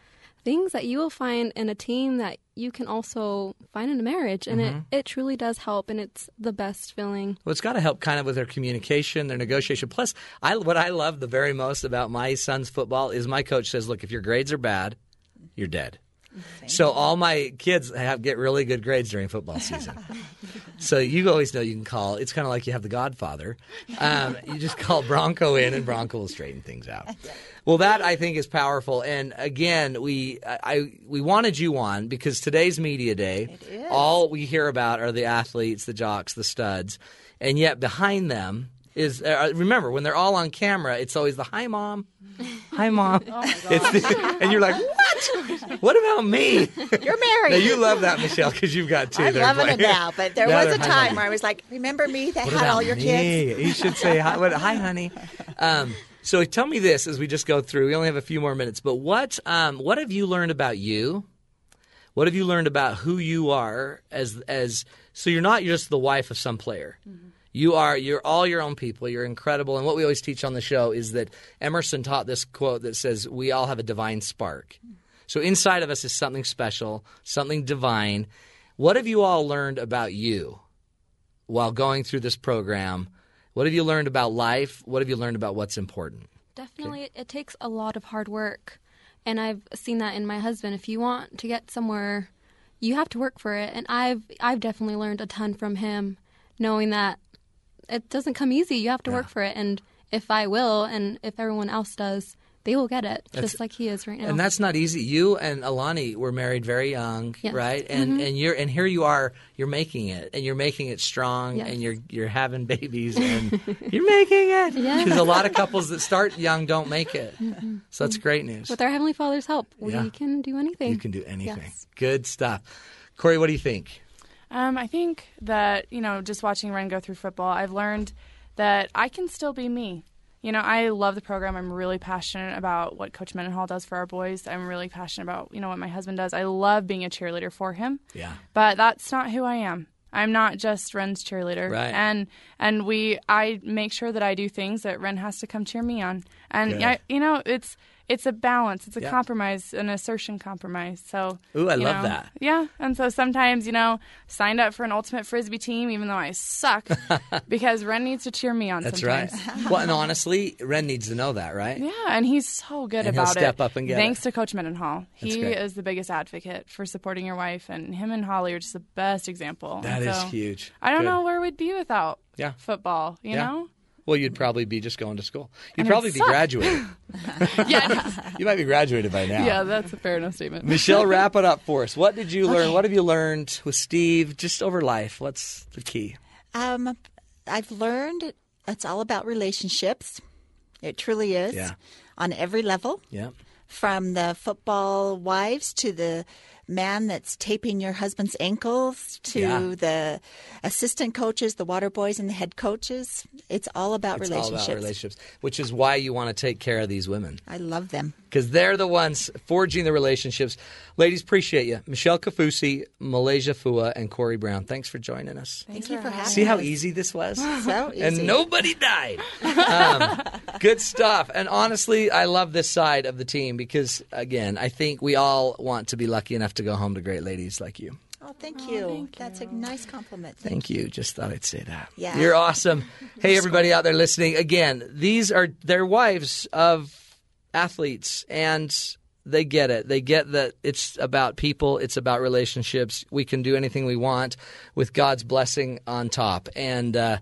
things that you will find in a team that you can also find in a marriage, and
Mhm.
it, it truly does help, and it's the best feeling.
Well, it's got to help kind of with their communication, their negotiation. Plus, I, what I love the very most about my son's football is my coach says, look, if your grades are bad, you're dead. So all my kids have get really good grades during football season. so you always know you can call. It's kind of like you have the Godfather. Um, you just call Bronco in, and Bronco will straighten things out. Well, that I think is powerful. And again, we I- I we wanted you on because today's media day. All we hear about are the athletes, the jocks, the studs, and yet behind them is uh, remember when they're all on camera, it's always the hi mom, hi mom, It's the- and you're like what? What about me?
You're married.
Now you love that, Michelle, because you've got two.
I'm
that are
loving it
playing.
now, but there
Now
was
they're
a time
high-minded.
where I was like, "Remember me? That
What
had
about
all your
me?
kids."
You should say hi, what, hi honey. Um, so tell me this as we just go through. We only have a few more minutes, but what um, what have you learned about you? What have you learned about who you are as as so you're not just the wife of some player. You are you're all your own people. You're incredible. And what we always teach on the show is that Emerson taught this quote that says we all have a divine spark. So inside of us is something special, something divine. What have you all learned about you while going through this program? What have you learned about life? What have you learned about what's important?
Definitely, it- it takes a lot of hard work. And I've seen that in my husband. If you want to get somewhere, you have to work for it. And I've I've definitely learned a ton from him, knowing that it doesn't come easy. You have to work for it. And if I will, and if everyone else does, they will get it,
That's-
just like he is right now.
And that's not easy. You and Alani were married very young,
Yes.
right? And
Mm-hmm.
Mhm.
and you're and here you are. You're making it, and you're making it strong,
Yes.
and you're you're having babies, and you're making it.
Yeah.
because a lot of couples that start young don't make it.
Mhm.
So that's great news.
With our Heavenly Father's help, we
Yeah.
can do anything.
You can do anything.
Yes.
Good stuff, Corey. What do you think?
Um, I think that, you know, just watching Ren go through football, I've learned that I can still be me. You know, I love the program. I'm really passionate about what Coach Mendenhall does for our boys. I'm really passionate about, you know, what my husband does. I love being a cheerleader for him.
Yeah.
But that's not who I am. I'm not just Ren's cheerleader.
Right.
And and we I make sure that I do things that Ren has to come cheer me on. And
Good.
I, you know, it's it's a balance. It's a
Yeah.
compromise, an assertion compromise. So
Ooh, I
you
love
know,
that.
yeah, and so sometimes you know, signed up for an ultimate frisbee team, even though I suck, because Ren needs to cheer me on.
That's
sometimes.
right. well, and honestly, Ren needs to know that, right?
Yeah, and he's so good
And he'll
about it.
step up and get
Thanks
it.
to Coach Mendenhall,
That's
he
great.
is the biggest advocate for supporting your wife, and him and Holly are just the best example.
That
That is
is huge.
I don't
Good.
know where we'd be without
Yeah.
football. You
Yeah.
know,
Well, you'd probably be just going to school. You'd
And I'd
probably be
suck.
graduated. You might be graduated by now.
yeah, that's a fair enough statement.
Michelle, wrap it up for us. What did you learn? What have you learned with Steve just over life? What's the key?
Um, I've learned it's all about relationships. It truly is
Yeah.
on every level,
Yeah.
from the football wives to the man that's taping your husband's ankles to
Yeah.
the assistant coaches, the water boys, and the head coaches. It's all about
It's all
relationships.
about relationships, which is why you want to take care of these women
I love them.
because they're the ones forging the relationships. Ladies, appreciate you. Michelle Kafusi, Malaysia Fua, and Corey Brown. Thanks for joining us.
Thank you for having
See how
us.
easy this was?
So
And
easy.
nobody died. Um, good stuff. And honestly, I love this side of the team because, again, I think we all want to be lucky enough to go home to great ladies like you.
Oh, thank you. That's a nice compliment.
Thank you. Just thought I'd say that.
Yeah.
You're awesome. Hey, everybody out there listening. Again, these are their wives of athletes, and they get it. They get that it's about people, it's about relationships. We can do anything we want with God's blessing on top. And, uh,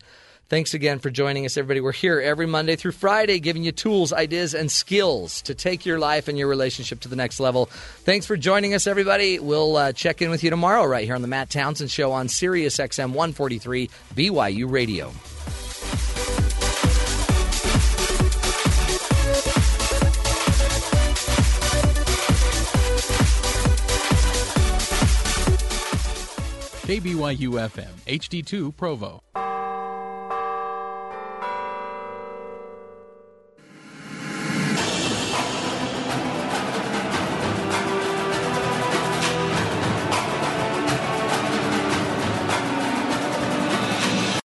Thanks again for joining us, everybody. We're here every Monday through Friday giving you tools, ideas, and skills to take your life and your relationship to the next level. Thanks for joining us, everybody. We'll uh, check in with you tomorrow right here on the Matt Townsend Show on Sirius XM 143 BYU Radio.
KBYU FM, HD2 Provo.